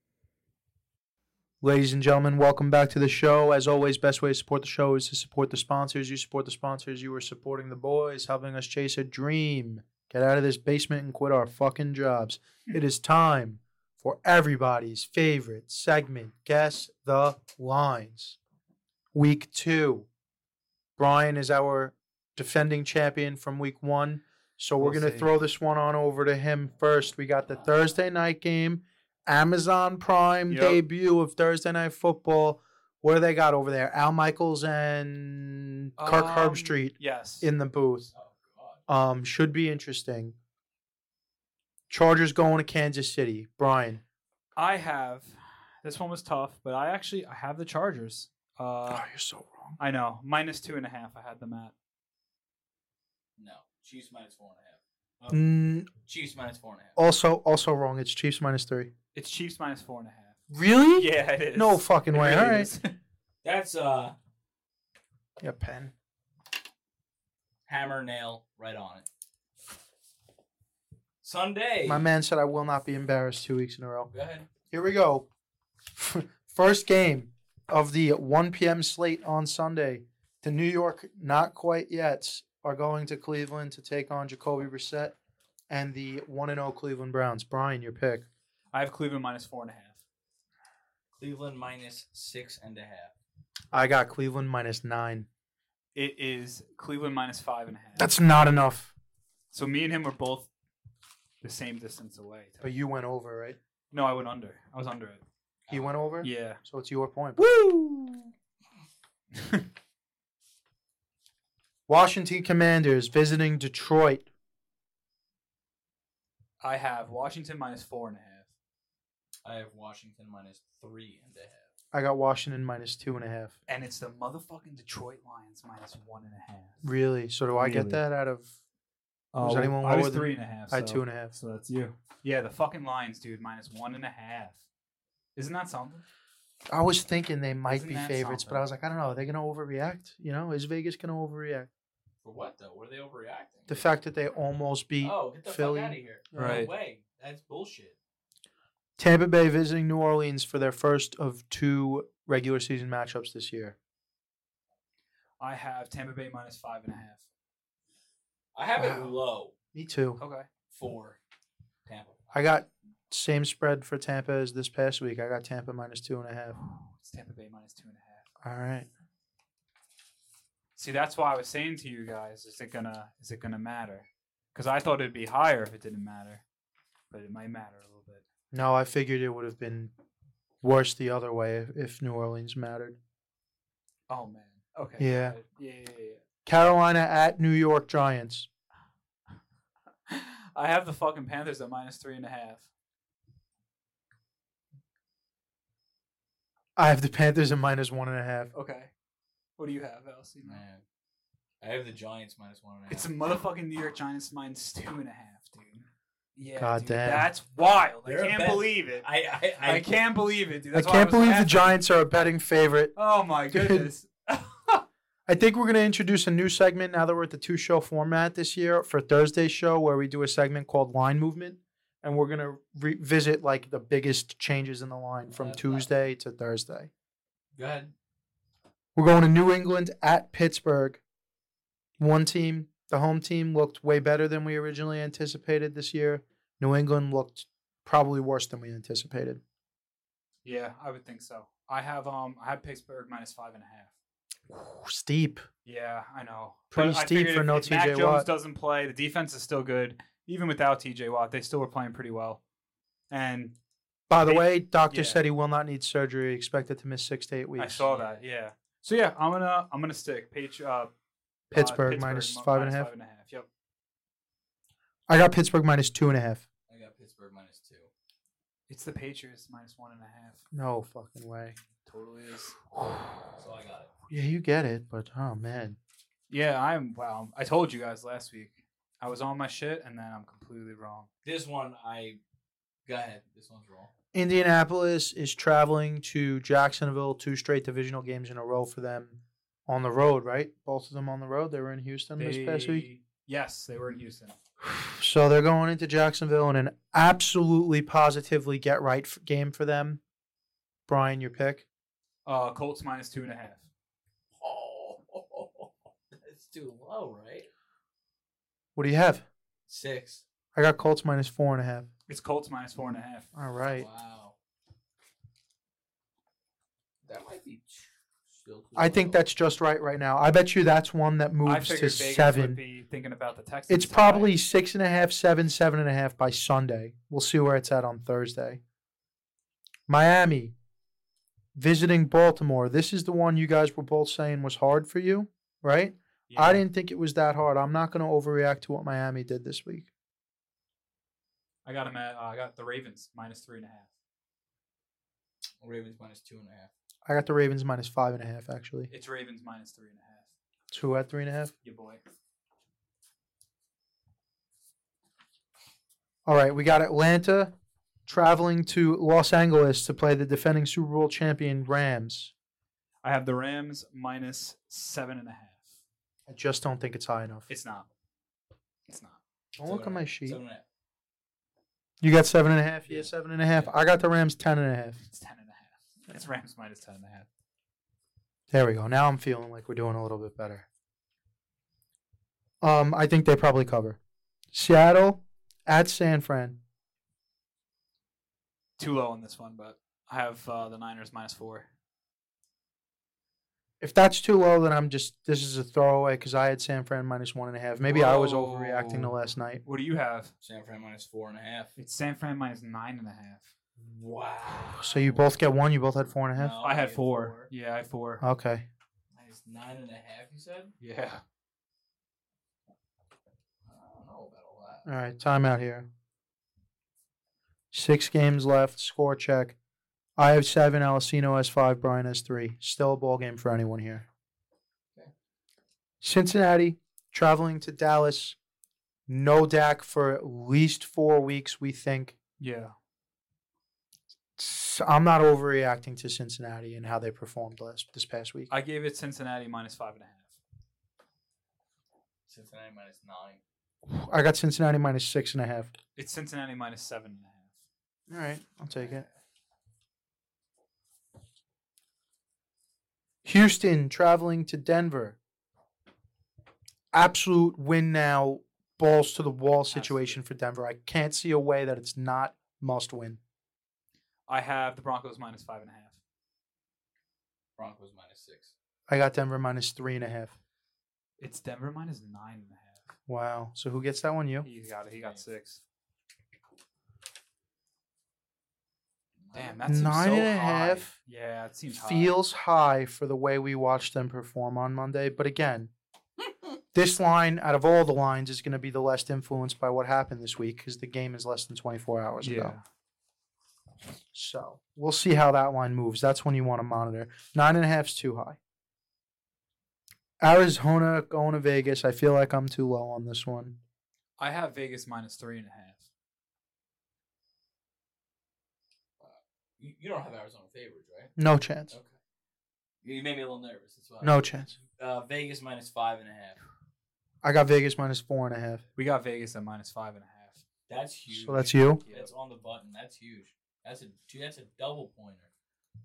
Ladies and gentlemen, welcome back to the show. As always, best way to support the show is to support the sponsors. You support the sponsors, you are supporting the boys, helping us chase a dream. Get out of this basement and quit our fucking jobs. It is time for everybody's favorite segment, Guess the Lines. Week two. Brian is our defending champion from week one. So we're
We'll
going to
see.
throw this one on over to him first. We got the Thursday night game, Amazon Prime
Yep.
debut of Thursday Night Football. What do they got over there? Al Michaels and Kirk
Um,
Herbstreit
Yes.
in the booth.
Oh God.
Um, should be interesting. Chargers going to Kansas City. Brian,
I have this one was tough, but I actually I have the Chargers. Uh,
you're so wrong.
I know minus two and a half. I had them at.
No, Chiefs minus four and a half.
Mm,
Chiefs minus four and a half.
also, also wrong. It's Chiefs minus three.
It's Chiefs minus four and a half.
Really?
Yeah, it is.
No fucking
It
way.
really
All right.
is.
That's uh
Yeah, pen.
hammer nail right on it. Sunday.
My man said I will not be embarrassed two weeks in a row.
Go ahead.
Here we go. First game of the 1 p.m. slate on Sunday. The New York Not Quite Yets are going to Cleveland to take on Jacoby Brissett and the 1 0 Cleveland Browns. Brian, your pick.
I have Cleveland minus four and a half.
Cleveland minus six and a half.
I got Cleveland minus nine.
It is Cleveland minus five and a half.
That's not enough.
so me and him were both the same distance away.
But you went over, right?
no, I went under. I was under it.
He went over?
Yeah.
So it's your point. Washington Commanders visiting Detroit.
I have Washington minus four and a half.
I have Washington minus three and a half.
I got Washington minus two and a half.
And it's the motherfucking Detroit Lions minus one and a half.
Really? So do I
Really?
get that out of
Uh,
Was anyone
I was
lower than-
three and a half.
I
so-
two and a half?
So that's you. Yeah, the fucking Lions, dude, minus one and a half. Isn't that something?
I was thinking they might
Isn't
be
that
favorites, but
something?
I was like, I don't know. Are they going to overreact? You know, is Vegas going to overreact?
For what though? What are they overreacting?
The fact that they almost beat
oh, get the
Philly.
fuck out of here!
Right.
No way. That's bullshit.
Tampa Bay visiting New Orleans for their first of two regular season matchups this year.
I have Tampa Bay minus five and a half.
I have
Wow.
it low
Me too.
Okay.
for Tampa.
I got same spread for Tampa as this past week. I got Tampa minus two and a half.
It's Tampa Bay minus two and a half.
All right.
See, that's why I was saying to you guys, is it gonna is it gonna matter? Because I thought it'd be higher if it didn't matter, but it might matter a little bit.
No, I figured it would have been worse the other way if, if New Orleans mattered.
Oh man. Okay.
Yeah.
got it. Yeah. Yeah. Yeah.
Carolina at New York Giants.
yeah. I have the fucking Panthers at minus three and a half.
I have the Panthers at minus one and a half.
Okay. What do you have, Elsie?
Man, I have the Giants minus one and a half.
It's a motherfucking New York Giants minus two and a half, dude. Yeah.
God
dude,
damn.
That's wild.
They're
I
a
can't
bet.
believe it. I,
I I, I,
can't believe it, dude.
I
That's why
can't
was
believe the
laughing.
Giants are a betting favorite.
Oh my
Dude.
goodness.
I think we're going to introduce a new segment now that we're at the two show format this year for Thursday's show where we do a segment called Line Movement. And we're going to revisit like the biggest changes in the line from
Love that.
Tuesday to Thursday.
Go ahead.
We're going to New England at Pittsburgh. One team, the home team, looked way better than we originally anticipated this year. New England looked probably worse than we anticipated.
yeah, I would think so. I have um I have Pittsburgh minus five and a half.
Steep.
Yeah, I know.
Pretty
I
steep
figured
for
if-
no
if Mac
TJ
Jones
Watt.
doesn't play. The defense is still good, even without TJ Watt. They still were playing pretty well. And
By the
They-
way, doctor
yeah.
said he will not need surgery. Expected to miss six to eight weeks.
I saw that. Yeah. So yeah, I'm gonna I'm gonna stick. Page, uh, uh,
Pittsburgh minus
mo-
five and a
minus
half.
Five and a half. Yep.
I got Pittsburgh minus two and a half.
I got Pittsburgh minus two.
It's the Patriots minus one and a half.
No fucking way.
Totally is.
So I got it.
Yeah, you get it, but oh man.
Yeah, I'm. Wow, I told you guys last week. I was on my shit, and then I'm completely wrong.
This one I go ahead. This one's wrong.
Indianapolis is traveling to Jacksonville, two straight divisional games in a row for them on the road, right? Both of them on the road. They were in Houston this past week.
They- Yes, they were in Houston.
So they're going into Jacksonville in an absolutely positively get right f- game for them. Brian, your pick.
Uh, Colts minus two and a half.
Oh, that's too low, right?
What do you have?
Six.
I got Colts minus four and a half.
It's Colts minus four and a half.
All right.
Wow. That might be t- still too
I think
low.
that's just right right now. I bet you that's one that
I
moves
figured
to
Vegas would
seven.
be thinking about the Texans.
It's probably six and a half, seven, seven and a half by Sunday. We'll see where it's at on Thursday. Miami visiting Baltimore. This is the one you guys were both saying was hard for you, right? I didn't think it was that hard. I'm not going to overreact to what Miami did this week.
I got him at. Uh, I got the Ravens minus three and a half.
Ravens minus two and a half.
I got the Ravens minus five and a half, actually.
It's Ravens minus three and a half.
Two at three and a half.
Your boy.
All right, we got Atlanta traveling to Los Angeles to play the defending Super Bowl champion Rams.
I have the Rams minus seven and a half.
I just don't think it's high enough.
It's not. It's not.
Don't
uh,
look at my sheet.
Seven and a half.
You got seven and a half? Yeah, seven and a half. I got the Rams ten and a half.
It's ten and a half. It's Rams minus ten and a half.
There we go. Now I'm feeling like we're doing a little bit better. Um, I think they probably cover. Seattle at San Fran.
Too low on this one, but I have uh, the Niners minus four.
If that's too low, then I'm just this is a throwaway because I had San Fran minus one and a half. Maybe I was
Whoa.
overreacting to last night.
What do you have?
San Fran minus four and a half.
It's San Fran minus nine and a half.
Wow.
So you both get one. You both had four and a half.
No,
I Oh, had
get
four. Yeah, I had four.
Okay.
Minus nine and a half, you said?
yeah.
I don't know about all that.
All right. Time out here. Six games left. Score check. I have seven. Alessino has five. Brian has three. Still a ball game for anyone here. Cincinnati traveling to Dallas. No Dak for at least four weeks. We think.
Yeah.
S- I'm not overreacting to Cincinnati and how they performed last this past week.
I gave it Cincinnati minus five and a half.
Cincinnati minus nine.
I got Cincinnati minus six and a half.
It's Cincinnati minus seven and a half.
All right, I'll take it. Houston traveling to Denver. Absolute win now, balls to the wall situation for Denver. I can't see a way that it's not must win.
I have the Broncos minus five and a half.
Broncos minus six.
I got Denver minus three and a half.
It's Denver minus nine and a
Wow. So who gets that one? You?
half. He got it. He got six. Damn, that seems
Nine
so
and a
high.
half.
Yeah, it seems high.
feels high for the way we watched them perform on Monday. But again, this line out of all the lines is going to be the less influenced by what happened this week because the game is less than 24 hours
Yeah.
ago. So we'll see how that line moves. That's when you want to monitor. Nine and a half's too high. Arizona going to Vegas. I feel like I'm too low on this one.
I have Vegas minus three and a half.
You, you don't have Arizona favorites, right?
No chance.
Okay. You you made me a little nervous. That's why.
No chance.
Uh, Vegas minus five and a half.
I got Vegas minus four and a half.
We got Vegas at minus five and a half.
That's huge.
So that's you.
That's on the button. That's huge. That's a dude, that's a double pointer.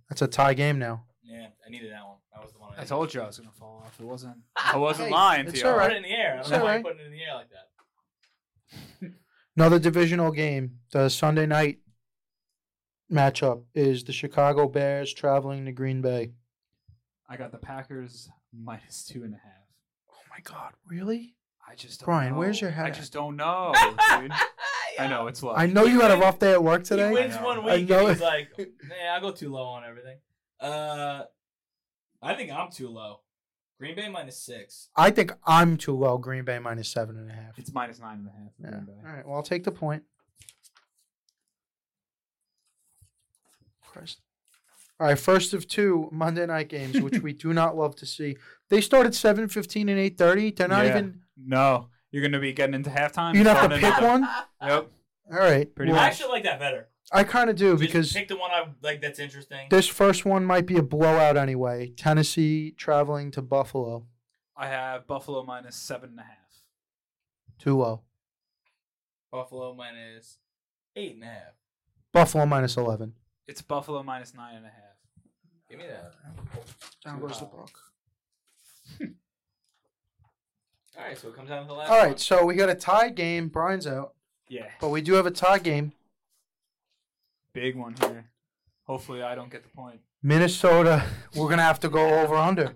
That's a tie game now.
Yeah, I needed that one. That was the one I,
I
needed.
told you I was gonna fall off. It wasn't. I wasn't
Hey,
lying to
it's
you.
all
Put
right.
it in the air. I
It's
don't know why
alright.
you put it in the air like that.
Another divisional game, the Sunday night matchup is the Chicago Bears traveling to Green Bay.
I got the Packers minus two and a half.
Oh my God, really?
I just don't
Brian, where's
know.
your head
I
at?
just don't know, dude. I know it's low.
I know you had a rough day at work
He
today.
wins
I know.
one
I
week
know
and he's
it.
like, "Nah, I go too low on everything." Uh, I think I'm too low. Green Bay minus six.
I think I'm too low. Green Bay minus seven and a half.
It's minus nine and a half. for
Yeah.
Green Bay.
All right. Well, I'll take the point. Christ. All right. First of two Monday night games, which we do not love to see. They start at seven fifteen and eight thirty. They're not
Yeah.
even.
No, you're gonna be getting into halftime.
You have to
Starting
pick
into-
one.
Yep.
All right.
Pretty
well,
I
much.
actually like that better
I kind of do
Just
because
pick the one I like. That's interesting.
This first one might be a blowout anyway. Tennessee traveling to Buffalo.
I have Buffalo minus seven and a half.
Too low.
Buffalo minus eight and a half.
Buffalo minus 11.
It's Buffalo minus nine and a half.
Give me that.
Down
Too
goes the
high.
buck.
All right, so it comes down to the last.
All
one.
right, so we got a tie game. Brian's out,
Yeah.
but we do have a tie game.
Big one here. Hopefully, I don't get the point.
Minnesota, we're going to have to go over under.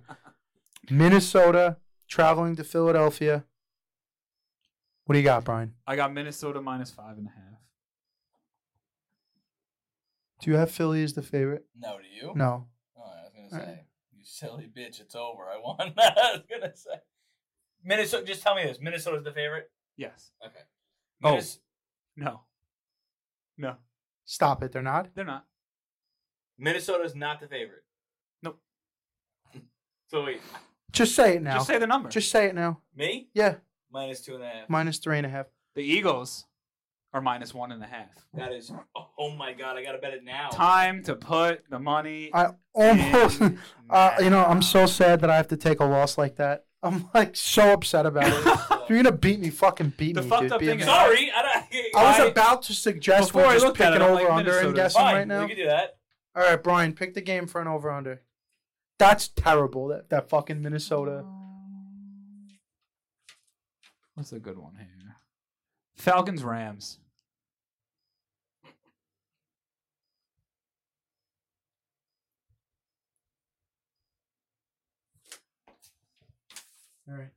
Minnesota traveling to Philadelphia. What do you got, Brian?
I got Minnesota minus five and a half.
Do you have Philly as the favorite?
No, do you?
No.
Oh, I was
All
gonna say,
right.
you silly bitch, it's over. I won. I was gonna say, Minnesota. Just tell me this: Minnesota's the favorite.
Yes.
Okay.
Oh.
Minnes-
No. No,
Stop it. They're not.
they're not.
Minnesota's not the favorite.
Nope.
So wait,
Just say it now.
Just say the number.
Just say it now.
me
Yeah,
minus two and a half.
minus three and a half.
the Eagles are minus one and a half.
That is. Oh my god! I gotta bet it now.
Time to put the money.
I almost.
in
Uh, you know,
now.
I'm so sad that I have to take a loss like that. I'm like so upset about it.
uh,
if you're gonna beat me, fucking beat
The
me,
fucked
dude.
up
Be
thing
a
is-
man.
Sorry, I don't.
I was
Fine,
about to suggest we
Before I
just
looked
pick
at
an
it, I'm like,
over under and
Minnesota.
guessing
Fine,
right now.
we can do that.
All right, Brian, pick the game for an over under. That's terrible. That that fucking Minnesota.
Um, What's a good one here? Falcons Rams.
All right.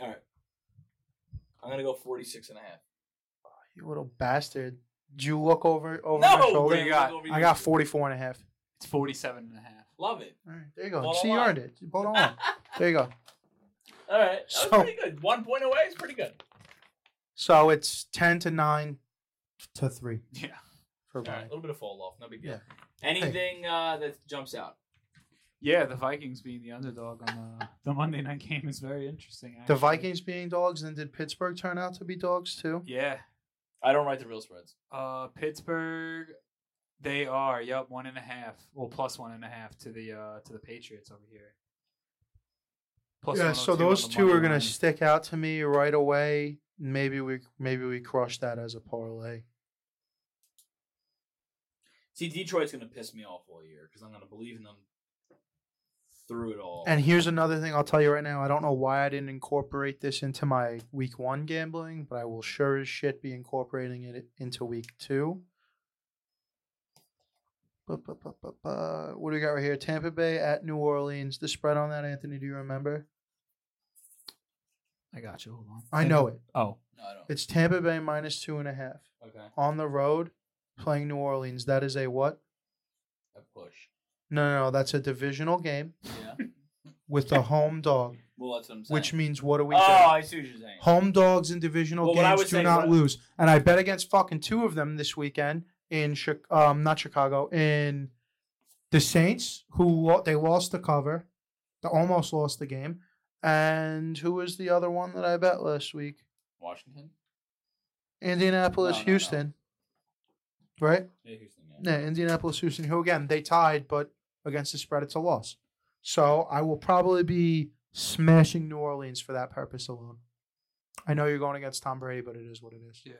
All right. I'm going to go 46 and a half.
You little bastard. Did you look over over
No,
my shoulder?
Dan,
you got?
look over
I
your
got
shoulder.
44 and a half.
It's 47 and a half.
Love it.
All right, there you go.
Bottom
See, you
line.
earned it. Bottom line. There you go.
All right. That was
So-
pretty good. One point away is pretty good.
So it's 10 to 9 to 3
Yeah.
for
All right. A
Brian.
little bit of fall off. No big deal.
Yeah.
Anything uh, that jumps out?
Yeah, the Vikings being the underdog on the, the Monday night game is very interesting.
The
actually.
Vikings being dogs, and did Pittsburgh turn out to be dogs too?
Yeah.
I don't write the real spreads.
Uh, Pittsburgh, they are. Yep, one and a half. Well, plus one and a half to the uh to the Patriots over here. Plus
yeah. So
102 on the
those two
money
are going
line.
to stick out to me right away. Maybe we maybe we crush that as a parlay.
See, Detroit's gonna piss me off all year because I'm gonna believe in them through it all.
And here's another thing I'll tell you right now. I don't know why I didn't incorporate this into my week one gambling, but I will sure as shit be incorporating it into week two. Bu- bu- bu- bu- bu- What do we got right here? Tampa Bay at New Orleans. The spread on that, Anthony, do you remember?
I got you. Hold on.
I know it.
Oh,
No, I don't.
It's Tampa Bay minus two and a half.
Okay.
On the road, playing New Orleans. That is a what?
A push.
No, no, no. That's a divisional game
Yeah.
with the home dog,
well, that's what I'm saying.
which means what do we
oh,
do?
I see what you're saying.
Home dogs in divisional
Well, what I
games
would
do
say-
not
what-
lose, and I bet against fucking two of them this weekend in Chi- um not Chicago in the Saints, who lo- they lost the cover, they almost lost the game, and who was the other one that I bet last week?
Washington.
Indianapolis,
No, no, no.
Houston, right?
Yeah, Houston, yeah.
Yeah, Indianapolis, Houston, who again they tied, but against the spread it's a loss. So I will probably be smashing New Orleans for that purpose alone. I know you're going against Tom Brady, but it is what it is.
yeah.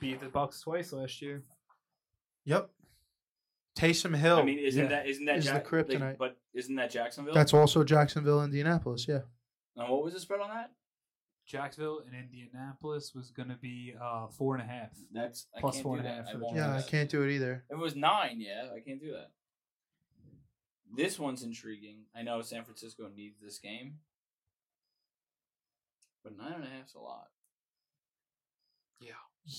Beat the Bucks twice last year.
Yep. Taysom Hill.
I mean, isn't
yeah.
that isn't that
Is the
Jack- like,
kryptonite.
but isn't that Jacksonville?
That's also Jacksonville, Indianapolis. Yeah.
and what was the spread on that?
Jacksonville and Indianapolis was going to be uh four and a half.
That's
I
Plus
can't
four
do
and a
that.
half
I
for the
won't
Jets.
Yeah, I
that.
can't do it either.
If it was nine, yeah, I can't do that. This one's intriguing. I know San Francisco needs this game, but nine and a half's a lot.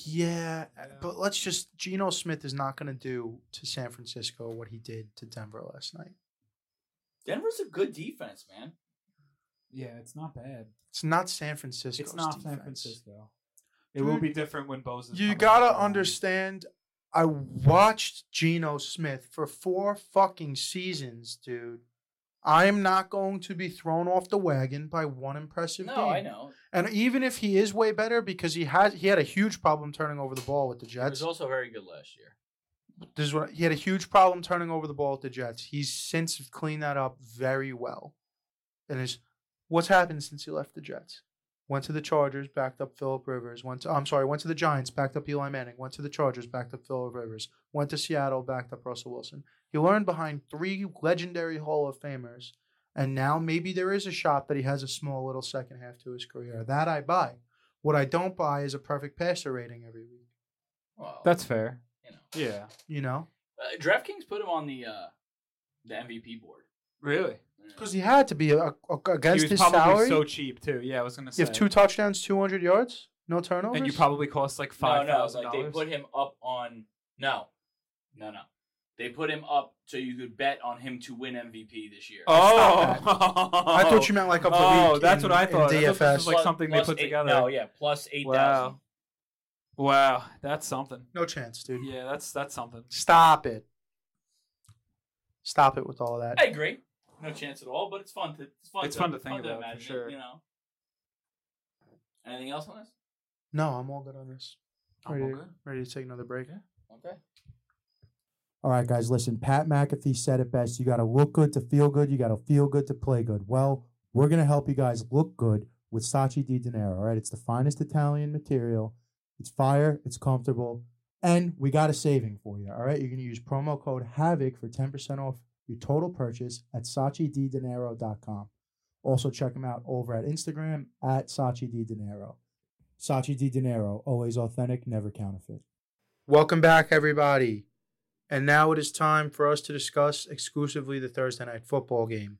Yeah, but let's just Geno Smith is not going to do to San Francisco what he did to Denver last night.
Denver's a good defense, man.
Yeah, it's not bad.
It's not San Francisco.
it's not San Francisco. It will
Dude,
be different when Bose is.
You
coming
gotta
back around.
understand. I watched Geno Smith for four fucking seasons, dude. I am not going to be thrown off the wagon by one impressive
No,
game.
I know.
And even if he is way better, because he has he had a huge problem turning over the ball with the
He was
Jets.
also very good last year.
This is what he had a huge problem turning over the ball with the Jets. He's since cleaned that up very well. And is what's happened since he left the Jets? Went to the Chargers, backed up Philip Rivers. Went to, I'm sorry, went to the Giants, backed up Eli Manning. Went to the Chargers, backed up Philip Rivers. Went to Seattle, backed up Russell Wilson. He learned behind three legendary Hall of Famers, and now maybe there is a shot that he has a small little second half to his career. That I buy. What I don't buy is a perfect passer rating every week.
Well,
That's fair.
you know.
Yeah.
You know,
Uh,
DraftKings put him on the uh,
the MVP board.
Really.
because he had to be a, a- against his salary.
so cheap too. Yeah, I was gonna say.
you have two touchdowns, two hundred yards, no turnovers.
and you probably cost like
no,
five
no,
thousand
like they
dollars.
put him up on no, no, no. They put him up so you could bet on him to win MVP this year.
oh,
I thought you meant like of the
Oh,
week.
that's
in-
what I
in
thought. I thought this
DFS.
was like something they put
eight-
together.
No, yeah, plus eight thousand.
Wow. Wow, that's something.
no chance, dude.
Yeah, that's that's something.
Stop it. Stop it with all that.
I agree. No chance at all, but it's fun to it's fun.
It's
to,
fun to think about, for
imagine it,
sure.
you know. Anything else on this?
No, I'm all good on this.
I'm
Ready,
all
to-
good.
ready to take another break.
Okay.
All right, guys, listen, Pat McAfee said it best. You got to look good to feel good. You got to feel good to play good. Well, we're going to help you guys look good with Sachi Di Danero. All right, it's the finest Italian material. It's fire, it's comfortable, and we got a saving for you. All right, you're going to use promo code HAVOC for 10% off your total purchase at SachiDiDanero.com. Also, check them out over at Instagram at Sachi Di Danero. Sachi Di Danero, always authentic, never counterfeit.
Welcome back, everybody. And now it is time for us to discuss exclusively the Thursday night football game.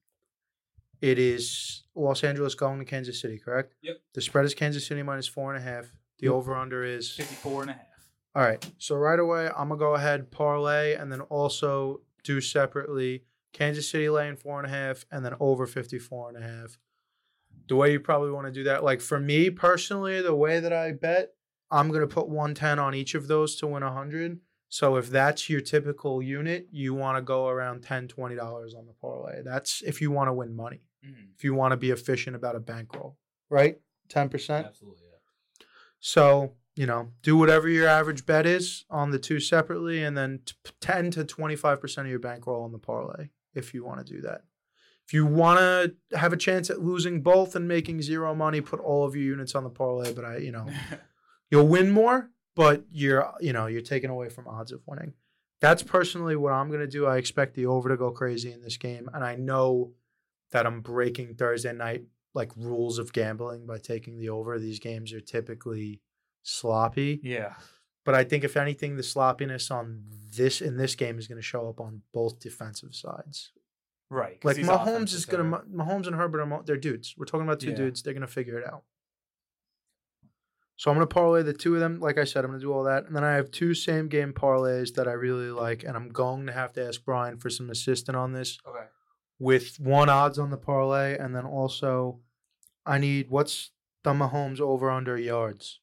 It is Los Angeles going to Kansas City, correct?
Yep.
The spread is Kansas City minus four and a half. The over under is
54 and a half.
all right. So right away, I'm gonna go ahead parlay and then also do separately Kansas City laying four and a half and then over 54 and a half. The way you probably want to do that, like for me personally, the way that I bet, I'm gonna put 110 on each of those to win 100. So if that's your typical unit, you want to go around 10 20 dollars on the parlay. That's if you want to win money.
Mhm.
If you want to be efficient about a bankroll, right? 10%.
Absolutely. Yeah.
So, you know, do whatever your average bet is on the two separately and then t- 10 to 25% of your bankroll on the parlay if you want to do that. If you want to have a chance at losing both and making zero money, put all of your units on the parlay, but I, you know, you'll win more, but you're, you know, you're taken away from odds of winning. That's personally what I'm going to do. I expect the over to go crazy in this game and I know that I'm breaking Thursday night like rules of gambling by taking the over. These games are typically sloppy,
yeah.
but I think if anything, the sloppiness on this in this game is going to show up on both defensive sides.
Right. 'cause
Like
these
Mahomes
offenses
is going to
are-
Mahomes and Herbert are mo- they're dudes. We're talking about two
Yeah.
dudes. They're going to figure it out. So I'm going to parlay the two of them. Like I said, I'm going to do all that, and then I have two same game parlays that I really like, and I'm going to have to ask Brian for some assistance on this
Okay.
with one odds on the parlay, and then also I need what's the Mahomes over under yards.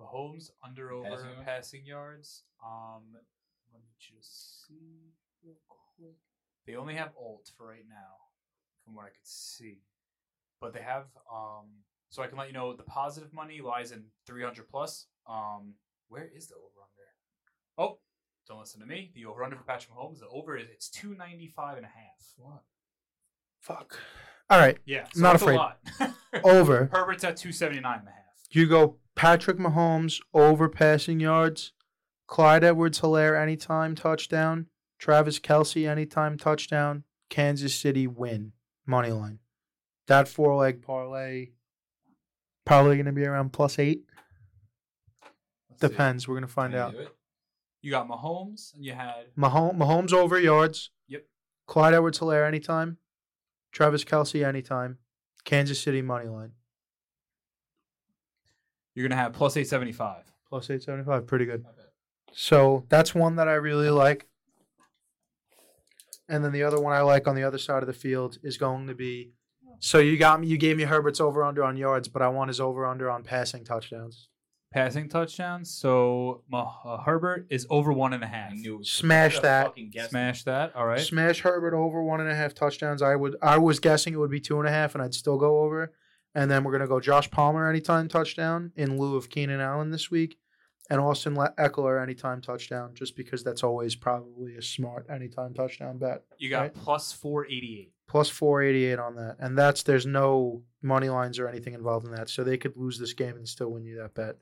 Mahomes under over
Passing
passing,
yards?
yards. Um, let me just see real quick. They only have Alt for right now, from what I could see. But they have um, so I can let you know the positive money lies in 300 plus. Um, where is the over under? Oh, don't listen to me. The over under for Patrick Mahomes, the over is it's 295 and a half. What?
Fuck. All right,
Yeah,
Not
that's
afraid. Oh.
A lot.
over.
Herbert's at 279 and a half.
You go Patrick Mahomes over passing yards, Clyde Edwards Hilaire anytime touchdown, Travis Kelsey anytime touchdown, Kansas City win money line. That four leg parlay probably going to be around plus eight.
Let's see.
Depends. We're going to find
Can you
out.
do it?
You got Mahomes, and you had
Mahomes, Mahomes over yards.
Yep.
Clyde Edwards Hilaire anytime. Travis Kelsey anytime. Kansas City money line.
you're gonna have plus 875.
Plus 875. Pretty good.
Not bad.
So that's one that I really like. And then the other one I like on the other side of the field is going to be. So you got me. You gave me Herbert's over under on yards, but I want his over under on passing touchdowns.
passing touchdowns. So Mah- uh, Herbert is over one and a half.
I knew it was-
Smash
Should've
that.
fucking guessed
Smash that. All right.
Smash Herbert over one and a half touchdowns. I would. I was guessing it would be two and a half, and I'd still go over. And then we're gonna go Josh Palmer anytime touchdown in lieu of Keenan Allen this week, and Austin Le- Eckler anytime touchdown, just because that's always probably a smart anytime touchdown bet.
You got
right?
plus 488.
plus 488 on that and that's there's no money lines or anything involved in that so they could lose this game and still win you that bet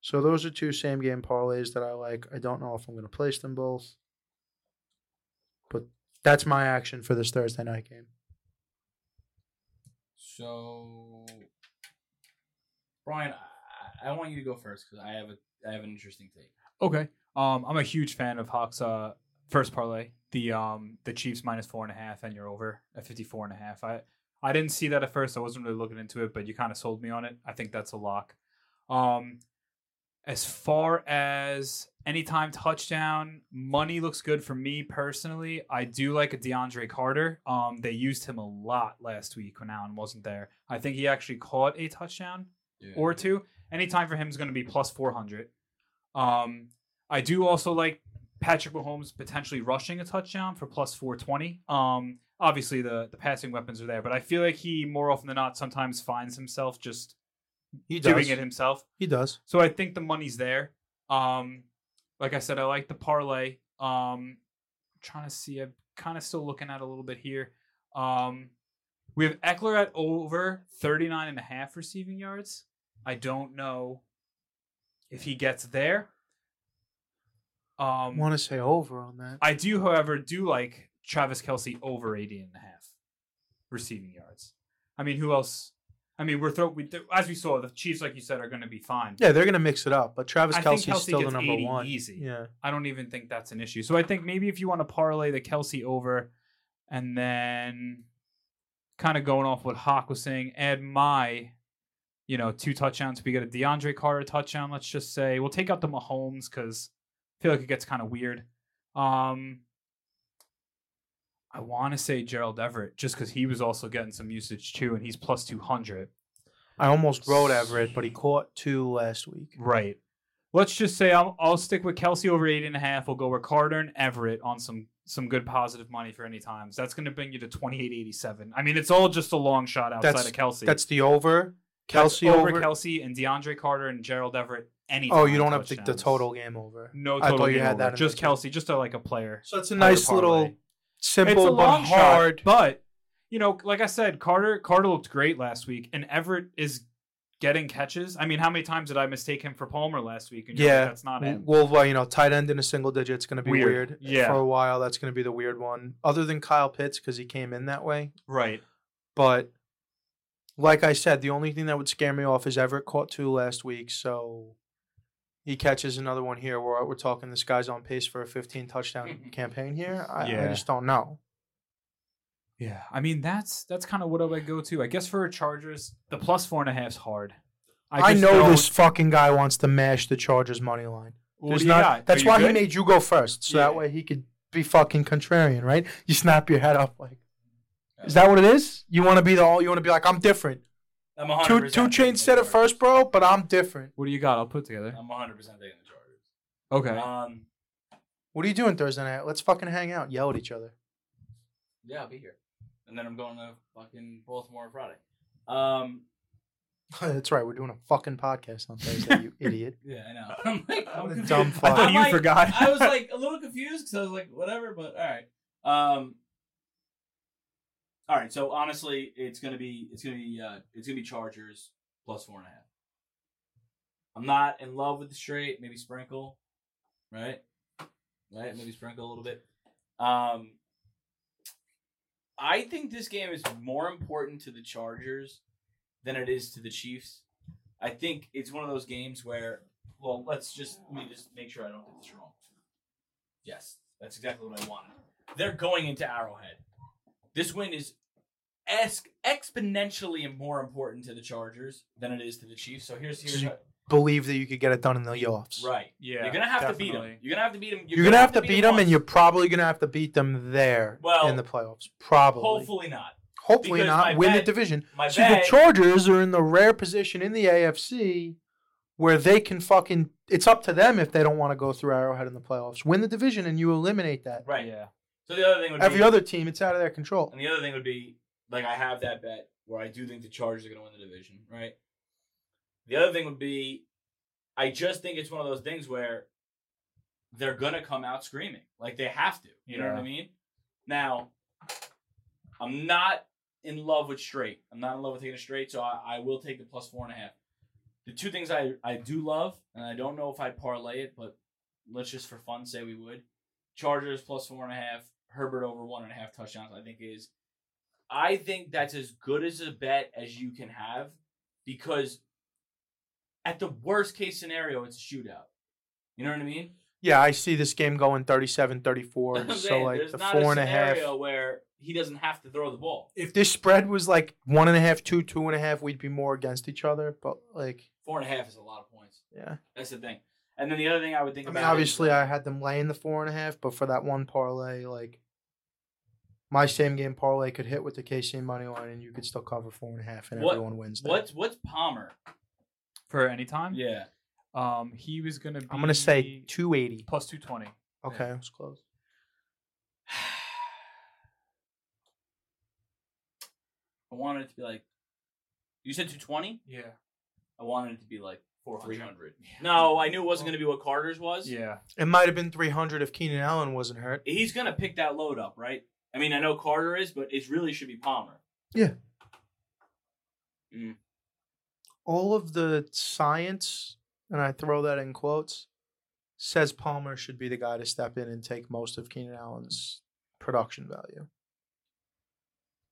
so those are two same game parlays that i like i don't know if i'm going to place them both but that's my action for this thursday night game
So, Brian, I, I want you to go first because I have a I have an interesting take.
Okay. Um, I'm a huge fan of Hawks' uh, first parlay. The um the Chiefs minus four and a half, and you're over at 54 and a half. I I didn't see that at first. I wasn't really looking into it, but you kind of sold me on it. I think that's a lock. Um, as far as anytime touchdown, money looks good for me personally. I do like a DeAndre Carter. Um, they used him a lot last week when Allen wasn't there. I think he actually caught a touchdown or two. Any time for him is going to be plus 400. Um, I do also like Patrick Mahomes potentially rushing a touchdown for plus 420. Um, obviously, the, the passing weapons are there, but I feel like he more often than not sometimes finds himself just
he does
doing it himself.
he does
So I think the money's there. Um, like I said, I like the parlay. Um, trying to see, I'm kind of still looking at it a little bit here. Um, we have Eckler at over 39 and a half receiving yards. I don't know if he gets there.
i
Um,
want to say over on that
I do, however, do like Travis Kelsey over 80 and a half receiving yards. I mean, who else? I mean, we're throw we, th- as we saw the Chiefs, like you said, are going to be fine.
Yeah, they're gonna mix it up, but Travis
I think
Kelsey's
Kelce
still the
gets
number
80
one.
easy.
Yeah,
I don't even think that's an issue. So I think maybe if you want to parlay the Kelsey over, and then kind of going off what Hawk was saying, add my, you know, two touchdowns. We get a DeAndre Carter touchdown. Let's just say we'll take out the Mahomes because I feel like it gets kind of weird. Um, I want to say Gerald Everett just because he was also getting some usage too, and he's plus two hundred.
I almost wrote Everett, but he caught two last week.
Right. Let's just say I'll, I'll stick with Kelsey over eight and a half. We'll go with Carter and Everett on some some good positive money for any times. That's going to bring you to twenty eight eighty seven. I mean, it's all just a long shot outside
That's-
of Kelsey.
That's the over.
That's
Kelsey over.
Kelsey and DeAndre Carter and Gerald Everett. Any.
oh,
time
you don't have the, the
touchdowns. Mm.
total game over.
No
I
total.
thought you
game
had
over.
that in
Just
this one.
Kelsey, just a, like a player.
So it's a
player
nice little
parlay.
simple
it's a long
but hard.
shot, but you know, like I said, Carter Carter looked great last week, and Everett is getting catches. I mean, how many times did I mistake him for Palmer last week? And you're
Yeah.
like, that's not
Mm,
him.
Well, well, you know, tight end in a single digit's going to be
Weird.
weird.
Yeah.
For a while, that's going to be the weird one. Other than Kyle Pitts, because he came in that way.
Right.
But like I said, the only thing that would scare me off is Everett caught two last week, so he catches another one here. We're we're talking this guy's on pace for a 15 touchdown campaign here. I, I
Yeah.
just don't know.
Yeah, I mean that's that's kind of what I would go to. I guess for Chargers, the plus four and a half's hard.
I,
just
know
don't-
this fucking guy wants to mash the Chargers money line.
What
There's
do you
not-
got?
That's
Are you
why he
good?
made you go first, so that
Yeah.
way he could be fucking contrarian, right? You snap your head up like, is that what it is? You want to be the all? You want to be like, I'm different.
I'm 100%
Two two
taking
chain
the
set at
Chargers.
first, bro, but I'm different.
What do you got? I'll put it together.
I'm 100% taking the
Okay.
Chargers. Um,
What are you doing Thursday night? Let's fucking hang out, yell at each other.
yeah, I'll be here, and then I'm going to fucking Baltimore on Friday. Um,
That's right. We're doing a fucking podcast on Thursday, you idiot.
yeah, I know. I'm like, I'm
What a
confused.
dumb fuck.
I thought you Like,
forgot.
I was like a little confused because I was like, whatever, but all right. Um, all right. So honestly, it's gonna be it's gonna be uh, it's gonna be Chargers plus four and a half. I'm not in love with the straight. Maybe sprinkle, right? Right. Maybe sprinkle a little bit. Um, I think this game is more important to the Chargers than it is to the Chiefs. I think it's one of those games where well, let's just let me just make sure I don't get this wrong. Yes, that's exactly what I wanted. They're going into Arrowhead. This win is es- exponentially more important to the Chargers than it is to the Chiefs. So here's here's
You- Believe that you could get it done in the playoffs.
right.
yeah.
you're gonna have to beat them.
definitely.
You're gonna have to beat them.
You're, gonna, have to beat them, and you're probably gonna have to beat them there
Well,
in the playoffs. Probably, hopefully,
hopefully not. because my
not win
bet-
the division.
My
So
bet.
the Chargers are in the rare position in the AFC where they can fucking. It's up to them if they don't want to go through Arrowhead in the playoffs. Win the division, and you eliminate that.
right.
Yeah.
So the other thing would
Every
be,
other team, it's out of their control.
And the other thing would be like I have that bet where I do think the Chargers are going to win the division, right? The other thing would be I just think it's one of those things where they're going to come out screaming. Like they have to. You know what I
Yeah.
mean? Now, I'm not in love with straight. I'm not in love with taking a straight, so I, I will take the plus four and a half. The two things I, I do love, and I don't know if I parlay it, but let's just for fun say we would. Chargers plus four and a half, Herbert over one and a half touchdowns, I think is I think that's as good as a bet as you can have because at the worst case scenario, it's a shootout. You know what I mean?
Yeah, I see this game going 37-34.
I'm
so
saying
like
there's
the
not
four
a
and a half.
scenario where he doesn't have to throw the ball.
if this spread was like one and a half, two, two and a half, we'd be more against each other. But like,
Four and a half is a lot of points.
yeah.
That's the thing. And then the other thing I would think
I mean,
about.
obviously,
is,
I had them laying the four and a half, but for that one parlay, like my same game parlay could hit with the KC money line, and you could still cover four and a half, and
What-
everyone wins. That.
what's what's Palmer?
For any time.
Yeah,
Um, he was gonna. Be
I'm gonna say two eighty.
plus two twenty.
Okay, it was close.
I wanted it to be like. You said two twenty.
Yeah.
I wanted it to be like three
400.
hundred. No, I knew it wasn't going to be what Carter's was.
Yeah.
It might have been three hundred if Keenan Allen wasn't hurt.
he's gonna pick that load up, right? I mean, I know Carter is, but it really should be Palmer.
All of the science, and I throw that in quotes, says Palmer should be the guy to step in and take most of Keenan Allen's production value.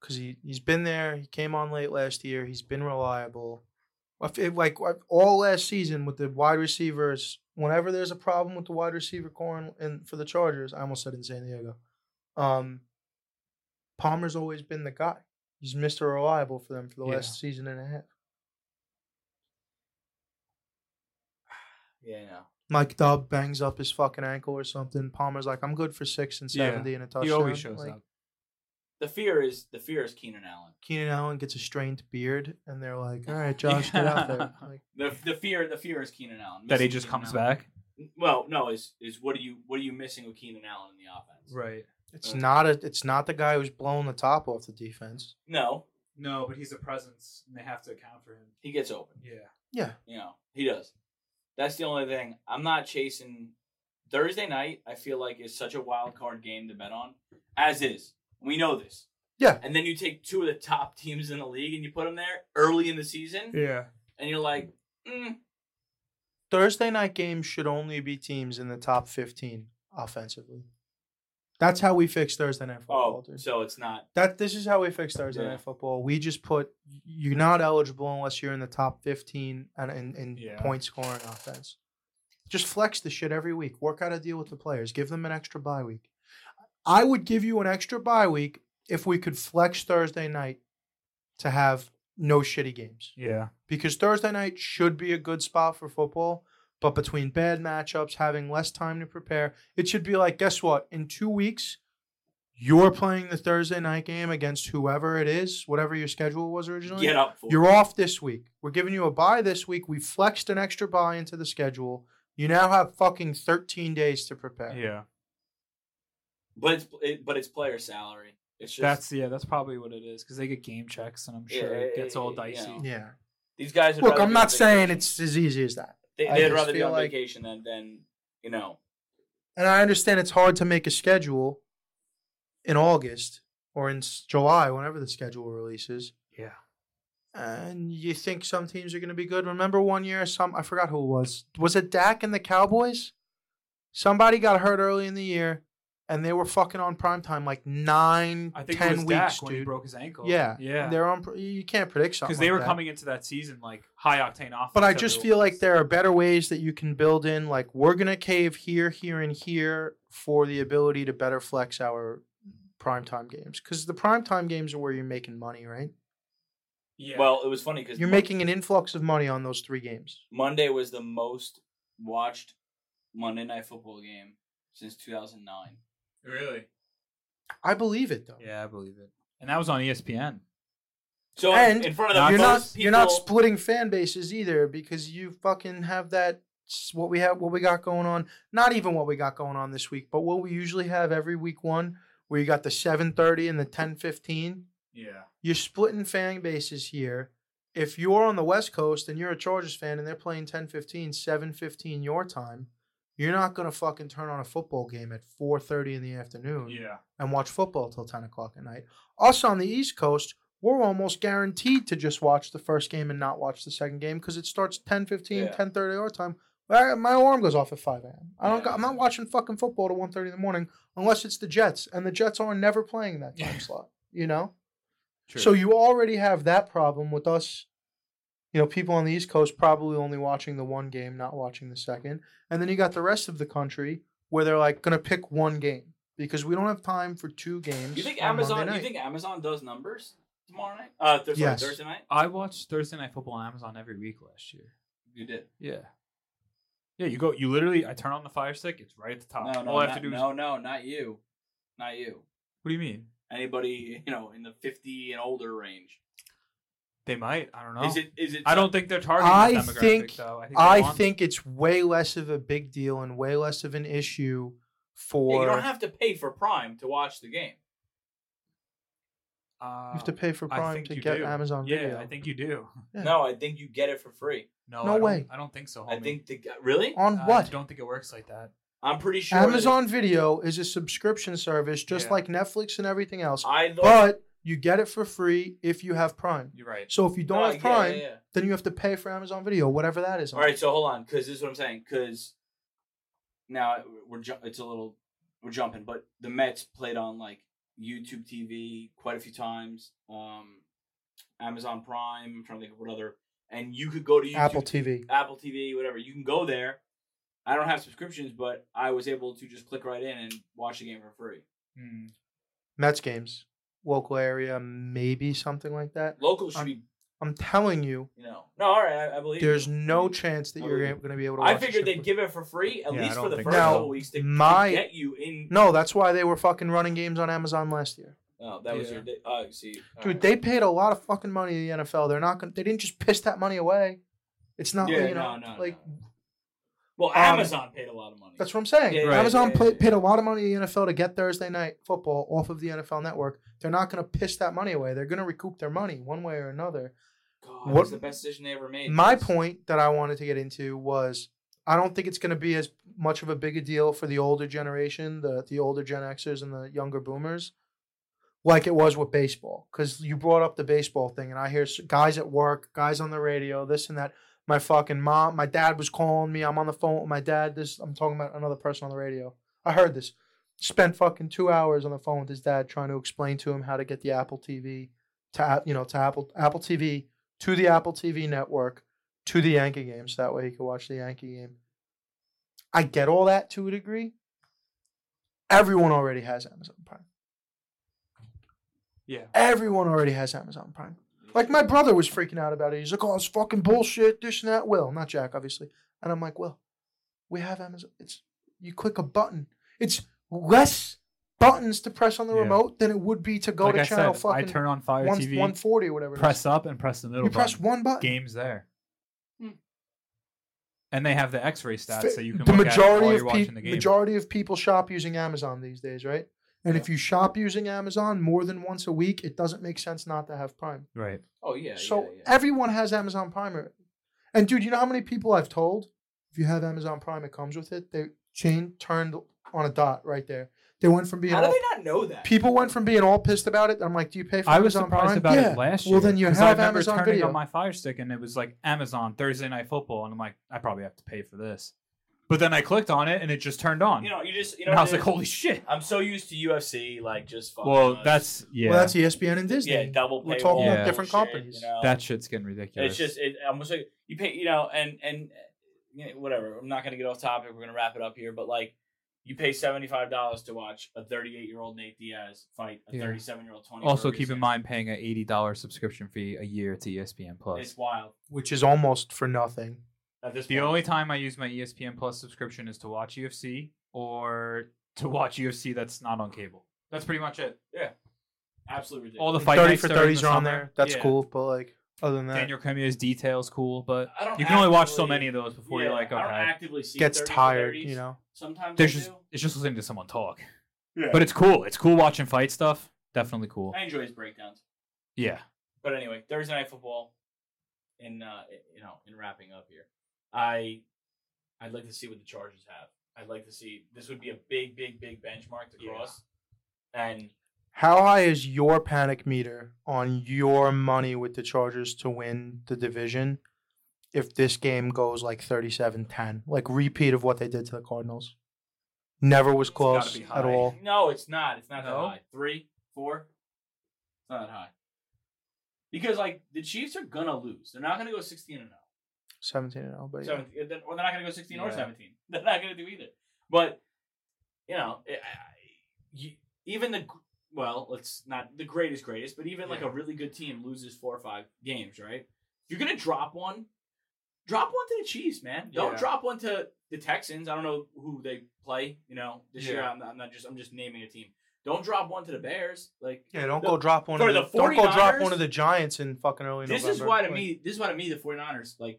because he he's been there. He came on late last year. He's been reliable. I feel like I- all last season with the wide receivers, whenever there's a problem with the wide receiver core and, and for the Chargers, I almost said in San Diego, um, Palmer's always been the guy. He's Mister Reliable for them for the
Yeah.
last season and a half.
Yeah, no.
Mike Dubb bangs up his fucking ankle or something. Palmer's like, I'm good for six and
Yeah.
seventy and a touchdown.
He always shows
Like,
up.
The fear is the fear is Keenan Allen.
Keenan Allen gets a strained beard, and they're like, "All right, Josh, get out there." Like,
The the fear the fear is Keenan Allen.
That he
Missing
just
Keenan
comes
Allen.
back.
Well, no, is is what are you what are you missing with Keenan Allen in the offense?
Right.
it's
Okay.
not a, it's not the guy who's blowing the top off the defense.
No,
No, but he's a presence, and they have to account for him.
he gets open.
Yeah.
Yeah,
You know, he does. That's the only thing. I'm not chasing Thursday night. I feel like is such a wild card game to bet on, as is. We know this.
Yeah.
And then you take two of the top teams in the league and you put them there early in the season,
yeah.
and you're like, mm,
Thursday night games should only be teams in the top fifteen offensively. That's how we fix Thursday night football.
oh,
dude.
so it's not.
That this is how we fix Thursday
Yeah.
night football. We just put you're not eligible unless you're in the top fifteen and in, in
Yeah.
point scoring offense. Just flex the shit every week. Work out a deal with the players. Give them an extra bye week. I would give you an extra bye week if we could flex Thursday night to have no shitty games
Yeah.
because Thursday night should be a good spot for football. But between bad matchups, having less time to prepare, it should be like, guess what? In two weeks, you're playing the Thursday night game against whoever it is, whatever your schedule was originally.
Get up for
You're off this week. We're giving you a bye this week. We flexed an extra bye into the schedule. You now have fucking 13 days to prepare.
Yeah.
But it's it, but it's player salary. It's just
that's yeah. That's probably what it is because they get game checks, and I'm sure
Yeah,
it gets all
yeah, yeah.
dicey.
Yeah.
these guys. would
Look,
rather
I'm
be on
not saying
vacation.
it's as easy as that.
They,
I
they'd
just
rather be
feel
on
like-
vacation than than you know.
and I understand it's hard to make a schedule in August or in s- July, whenever the schedule releases.
Yeah.
And you think some teams are going to be good. Remember one year, some I forgot who it was. Was it Dak and the Cowboys? Somebody got hurt early in the year, and they were fucking on prime time like nine,
I think
ten
it was
weeks,
Dak
dude.
when he broke his ankle.
yeah,
Yeah.
They're on. pr- You can't predict something
because they
like
were
that.
coming into that season like high octane offense.
But I
every
just
week.
feel like there are better ways that you can build in. Like we're gonna cave here, here, and here for the ability to better flex our primetime games because the primetime games are where you're making money, right?
yeah.
Well, it was funny because
You're making an influx of money on those three games.
Monday was the most watched Monday Night Football game since 2009.
really.
I believe it though.
Yeah, I believe it. And that was on E ESPN.
So
And
in front of
Not
the
You're not
most
you're not
people-
splitting fan bases either because you fucking have that s- what we have what we got going on. Not even what we got going on this week, but what we usually have every week one where you got the 7:30 and the 10:15.
Yeah.
you're splitting fan bases here. If you're on the West Coast and you're a Chargers fan and they're playing 10 15, 7 15 your time, you're not going to fucking turn on a football game at 4.30 in the afternoon
Yeah.
and watch football till 10 o'clock at night. Us on the East Coast, we're almost guaranteed to just watch the first game and not watch the second game because it starts 10 15,
Yeah.
10 30 our time. Well, My alarm goes off at 5 a.m. I don't,
Yeah.
go- I'm not watching fucking football till 1.30 in the morning unless it's the Jets, and the Jets are never playing that time slot, you know? So you already have that problem with us, you know, people on the East Coast probably only watching the one game, not watching the second. And then you got the rest of the country where they're like going to pick one game because we don't have time for two games.
You think
on
Amazon?
Monday
You
night.
think Amazon does numbers tomorrow night? Uh, th- sorry,
Yes.
Thursday night.
I watched Thursday Night Football on Amazon every week last year.
You did.
Yeah. Yeah, you go. You literally. I turn on the Fire Stick. It's right at the top.
No, no,
Oh, All I
not-
have to do is.
no, no, not you, not you.
What do you mean?
Anybody you know in the 50 and older range?
They might. I don't know.
Is it? Is it?
I don't think they're targeting
I
the demographic
think-
though. I think. they
I
want-
think it's way less of a big deal and way less of an issue for
Yeah, you don't have to pay for Prime to watch the game.
Uh,
you have to pay for
I
Prime
think
to
you
get
do.
Amazon
yeah,
Video.
I think you do.
Yeah.
No, I think you get it for free.
No,
No
I don't-
way.
I don't think so.
I
homie.
think the really.
on
I
what?
don't think it works like that.
I'm pretty sure that-
Amazon Video is a subscription service just
Yeah.
like Netflix and everything else,
I thought.
but you get it for free if you have Prime.
You're right.
So if you don't
No,
have
Oh, yeah,
Oh, Prime,
yeah, yeah.
then you have to pay for Amazon Video, whatever that is.
All right, so hold on, because this is what I'm saying. Because now we're ju- it's a little we're jumping, but the Mets played on like
YouTube TV quite a few times, um, Amazon Prime. I'm trying to think of what other. And you could go to YouTube,
Apple TV.
Apple TV, whatever. You can go there. I don't have subscriptions, but I was able to just click right in and watch the game for free.
Hmm.
Mets games, local area, maybe something like that.
Local should
Um,
be,
I'm telling you,
you know. No, all right, I, I believe. you.
there's no
mean,
chance that you're going to be able to. Watch
I
the
figured
Super-
they'd give it for free at
Yeah, I
least for
don't
the
think
first
so.
couple weeks to, to
my-
get you in.
No, that's why they were fucking running games on Amazon last year.
Oh, that was
Yeah.
your. di- Oh, you see, all
Dude,
right.
they paid a lot of fucking money to the NFL. They're not going. to They didn't just piss that money away. It's not
Yeah,
you know
no, no,
like
Well,
Um,
Amazon paid a lot of money.
that's what I'm saying.
Yeah, yeah,
Amazon
yeah,
pla-
yeah.
paid a lot of money to the NFL to get Thursday night football off of the NFL Network. They're not going to piss that money away. They're going to recoup their money one way or another.
God,
what-
what was the best decision they ever made?
My
That's-
point that I wanted to get into was I don't think it's going to be as much of a big a deal for the older generation, the the older Gen Xers and the younger Boomers, like it was with baseball. Because you brought up the baseball thing, and I hear s- guys at work, guys on the radio, this and that. My fucking mom, my dad was calling me. I'm on the phone with my dad. This I'm talking about another person on the radio. I heard this. Spent fucking two hours on the phone with his dad trying to explain to him how to get the Apple TV to App- you know to Apple Apple TV to the Apple TV network to the Yankee game so that way he could watch the Yankee game. I get all that to a degree. Everyone already has Amazon Prime.
Yeah.
Everyone already has Amazon Prime. Like my brother was freaking out about it. He's like, "Oh, it's fucking bullshit, this and that." Will, not Jack, obviously. And I'm like, "Will, we have Amazon. It's you click a button. It's less buttons to press on the
Yeah.
remote than it would be to go
like
to
I
channel
said, I
fucking
turn on Fire
one,
TV,
140 or whatever." it is.
press up and press the middle
You press
button.
one button.
Games there.
Hmm.
And they have the X-ray stats
Fa-
so you can
the
look at it
majority
while
of
you're watching
peop-
the game.
majority of people shop using Amazon these days, right? And if you shop using Amazon more than once a week, it doesn't make sense not to have Prime.
right.
Oh yeah.
so
yeah, yeah.
everyone has Amazon Prime already. And dude, you know how many people I've told if you have Amazon Prime, it comes with it. They chain turned on a dot right there. They went from being
How do
all,
they not know that?
people went from being all pissed about it. I'm like, do you pay for
I was
Amazon
surprised
Prime?
about
yeah.
it last year.
Well, then you
'cause I
have
remember
Amazon
turning
Video.
on my Fire Stick and it was like Amazon Thursday Night Football, and I'm like, I probably have to pay for this. But then I clicked on it and it just turned on,
You know, you just you know.
and I
what
was
it
like,
is? uh,
holy shit!
I'm so used to UFC, like just. fucking
Well,
uh,
us.
E
that's yeah,
Well, that's ESPN and Disney.
yeah, double.
We're
paywall
talking
about
bullshit,
different companies.
You know?
that shit's getting ridiculous.
It's just it, I'm just like you pay, you know, and and uh, you know, whatever. I'm not gonna get off topic. We're gonna wrap it up here, but like you pay seventy five dollars to watch a thirty eight year old Nate Diaz fight a
Yeah.
thirty seven year old Tony.
also
Ferguson.
keep in mind paying an eighty dollars subscription fee a year to E ESPN Plus.
it's wild
which is almost for nothing.
at this.
The
point.
only time I use my E ESPN Plus subscription is to watch UFC or to watch UFC that's not on cable. That's pretty much it.
absolutely ridiculous.
All the fight
30
nights
for
during
30s
the
are on
summer.
there. That's
Yeah.
cool, but like other than that,
Daniel Premier's details cool, but
I don't
you can only watch so
actively-
many of those before you're
Yeah,
like,
I don't
okay.
actively see
gets
30s,
tired,
30s.
you know.
Sometimes
There's
I
just
do.
it's just listening to someone talk.
Yeah.
But it's cool. It's cool watching fight stuff. Definitely cool.
I enjoy his breakdowns.
Yeah.
But anyway, Thursday night football. In uh, you know, in wrapping up here, I I'd like to see what the Chargers have. I'd like to see this would be a big, big, big benchmark to
Yeah.
cross. And
How high is your panic meter on your money with the Chargers to win the division if this game goes like 37-10, like repeat of what they did to the Cardinals? Never was
It's gotta
close
be
at
high.
all.
no, it's not. It's
No?
not that high. Three, four. It's not that high. Because like the Chiefs are gonna lose. They're not gonna go sixteen and oh. zero.
17 and 0, but yeah.
17, or they're not going to go 16 or
Yeah.
17. They're not going to do either. But, you know, I, I, you, even the, gr- well, let's not the greatest, greatest, but even like a really good team loses four or five games, right? You're going to drop one. Drop one to the Chiefs, man. Don't
Yeah.
drop one to the Texans. I don't know who they play, you know, this year.
Yeah.
I'm, I'm not just, I'm just naming a team. Don't drop one to the Bears. Like,
Yeah, don't
The-
go drop one of
for
the,
the
don't go drop
49ers?
one of the Giants in fucking early
this
November.
is why to
Like,
me this is why to me the 49ers like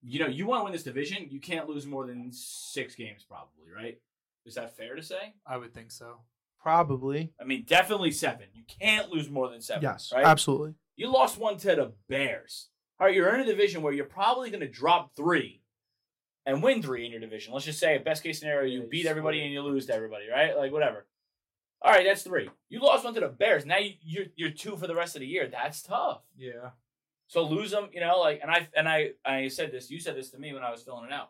you know you want to win this division you can't lose more than six games probably right is that fair to say
I would think so.
probably.
i mean definitely seven you can't lose more than seven
Yes,
right
absolutely.
you lost one to the bears all right you're in a division where you're probably going to drop three and win three in your division let's just say best case scenario you
Yeah, you
beat everybody
split.
and you lose to everybody right like whatever all right that's three you lost one to the bears now you, you're, you're two for the rest of the year that's tough
Yeah.
so lose them, you know, like and I and I I said this, you said this to me when I was filling it out.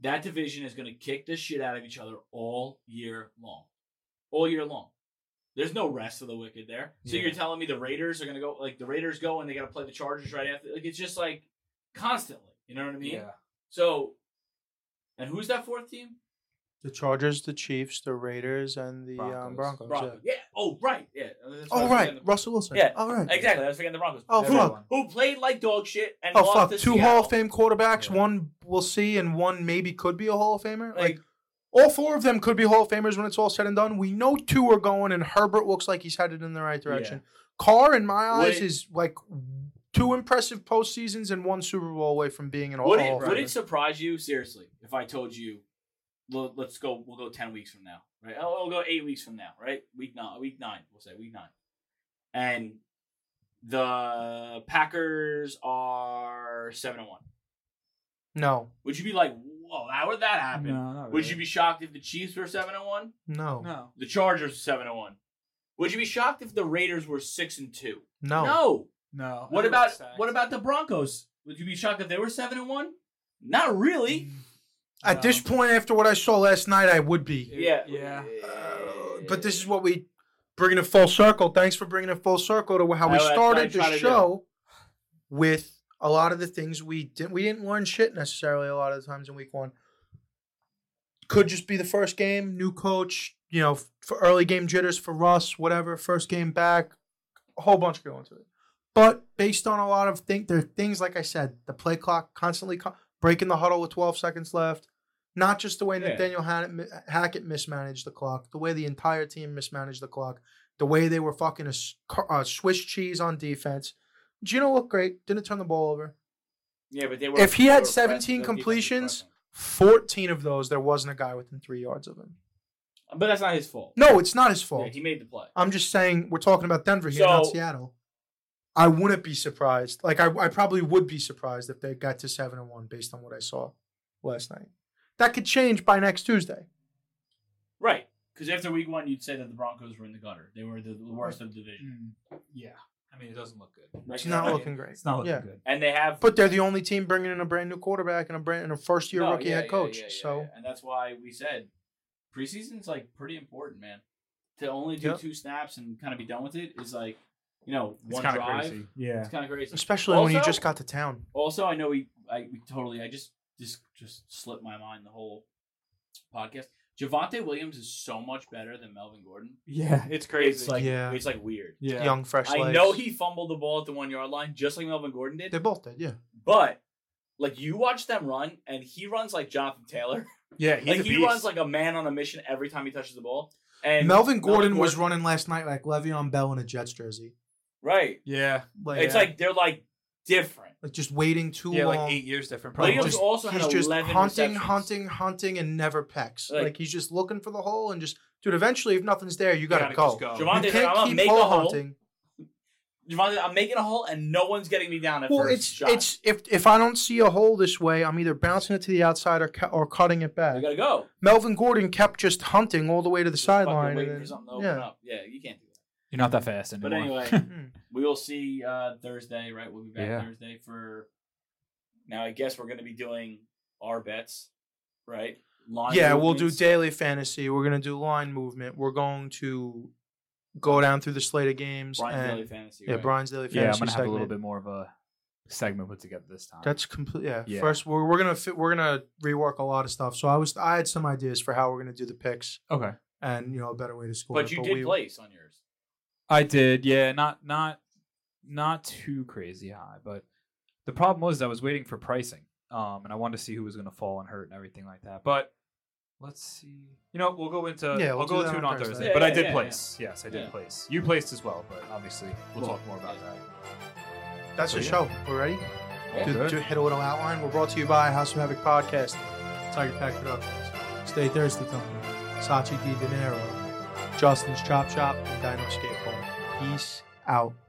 That division is going to kick the shit out of each other all year long. all year long. There's no rest of the wicked there. So
Yeah.
you're telling me the Raiders are gonna go like the Raiders go and they gotta play the Chargers right after? Like it's just like constantly. You know what I mean?
Yeah.
So, and who's that fourth team?
The Chargers, the Chiefs, the Raiders, and the Broncos. Um, Broncos,
Broncos. Yeah. Oh right. Yeah. That's what I
Oh
was
right,
forgetting.
Russell Wilson.
Yeah.
All right.
Exactly. I was forgetting the Broncos.
Oh
who,
fuck.
Everyone.
who played like dog shit and
Oh
lost
fuck.
to
Two
Seattle.
Hall of Fame quarterbacks.
Yeah.
One we'll see, and one maybe could be a Hall of Famer.
Like,
Like all four of them could be Hall of Famers when it's all said and done. We know two are going, and Herbert looks like he's headed in the right direction. Carr, in my
Would
eyes,
it-
is like two impressive postseasons and one Super Bowl away from being an all
would it
Hall of
would it
Famer.
surprise you seriously if I told you, well, let's go, we'll go ten weeks from now, right? Oh, we'll go eight weeks from now, right? Week nine, week nine, we'll say week nine, and the Packers are seven and one.
No,
Would you be like, whoa, how would that happen? Would you be shocked if the Chiefs were seven and one?
no, no,
No.
The Chargers were seven and one. Would you be shocked if the Raiders were six and two?
no.
no.
No.
What
everyone's
about
stacked.
what about the Broncos? Would you be shocked if they were seven and one? Not really.
Mm.
At this point, after what I saw last night, I would be.
Yeah.
Yeah.
Uh, but this is what we bringing it full circle. Thanks for bringing it full circle to how we
I- that's what I
started the
try to do.
show with a lot of the things we didn't we didn't learn shit necessarily a lot of the times in week one. Could just be the first game, new coach, you know, f- for early game jitters for Russ, whatever. First game back, a whole bunch go into it. But based on a lot of think, there are things like I said, the play clock constantly co- breaking the huddle with 12 seconds left. Not just the way
Yeah.
Nathaniel Hackett, Hackett mismanaged the clock, the way the entire team mismanaged the clock, the way they were fucking a, s- car- uh Swiss cheese on defense. Gino looked great. Didn't turn the ball over.
Yeah, but they were.
If he had
they were
17
pressing- those defenses
completions-
pressing.
14 of those, there wasn't a guy within three yards of him.
but that's not his fault.
No, it's not his
Yeah,
fault. Uh,
he made the play.
I'm just saying we're talking about Denver here, not
So-
Seattle. I wouldn't be surprised. Like I, I probably would be surprised if they got to seven and one based on what I saw last night. That could change by next Tuesday.
Right, because after week one, you'd say that the Broncos were in the gutter. They were the worst of the division.
Mm, yeah. I mean, it doesn't look good.
Right?
It's not looking great.
It's not looking
Yeah.
good.
And they have
But they're the only team bringing in a brand new quarterback and a brand and a first year
No,
rookie
Oh, yeah,
head
yeah,
coach.
yeah, yeah,
so
yeah. and that's why we said preseason's like pretty important, man. To only do
Yep.
two snaps and kind of be done with it is like, you know,
It's
one
kind of
drive.
crazy. Yeah.
It's kind of crazy.
especially when you
Also-
just got to town.
Also, I know we I we totally I just just just slipped my mind the whole podcast. Javante Williams is so much better than Melvin Gordon.
Yeah. It's crazy.
It's like
Yeah.
it's like weird.
yeah.
Young fresh
I
legs.
know he fumbled the ball at the one yard line just like Melvin Gordon
they
did,
both did, yeah.
but like you watch them run and he runs like Jonathan Taylor.
Yeah. He's
like
a
he
beast.
runs like a man on a mission every time he touches the ball. And
Melvin Gordon was running last night like Le'Veon Bell in a Jets jersey.
right.
yeah.
Like
It's like they're like different.
like just waiting too
Yeah.
long.
Like eight years different.
Probably.
Probably.
Williams
Just-
also had
he's just
11
hunting,
receptions.
hunting, hunting, and never pecks.
Like-
Like, he's just looking for the hole and just, dude. Eventually, if nothing's there, you gotta, go.
just go.
You
Javante- I'm gonna make a hole. Javante, I'm making a hole and no one's getting me down at
Well,
first
it's
shot.
it's if if I don't see a hole this way, I'm either bouncing it to the outside or cu- or cutting it
I
back.
gotta go.
Melvin Gordon kept just hunting all the way to the
Just fucking
sideline.
waiting
and
for
then-
something to open
yeah.
up. Yeah, you can't do that.
You're not that fast
But
anymore.
anyway,
Hmm.
we will see uh, Thursday, right? We'll be back
Yeah.
Thursday for. Now I guess we're gonna be doing our bets, right? Line
Yeah, we'll do
movements.
daily fantasy. We're gonna do line movement. We're going to go down through the slate of games
Brian's
and
Daily Fantasy.
yeah,
right?
Brian's daily fantasy.
yeah, I'm gonna have a
segment.
little bit more of a segment put together this time.
That's complete. Yeah.
Yeah.
First, we're we're gonna fit, we're gonna rework a lot of stuff. So I was I had some ideas for how we're gonna do the picks
okay.
and you know a better way to score. it,
But you did
we-
place on yours.
I did, yeah. Not not not too crazy high, but the problem was I was waiting for pricing, um, and I wanted to see who was going to fall and hurt and everything like that. But let's see. You know, we'll go into
Yeah,
I'll
we'll do
go
that
into
on
it on
Thursday.
Thursday.
Yeah,
but I
yeah,
did
yeah,
place. Yes, I did
Yeah.
place. You placed as well, but obviously we'll
Well,
talk more about
yeah.
That's
So,
the
yeah.
show. We're ready.
Yeah.
to,
that.
to hit a little outline. We're brought to you by House of Havoc Podcast, Tiger Pack Productions, Stay Thirsty Company, Sachi Di Dinero, Justin's Chop Shop, and Dino Skateboard. Peace out.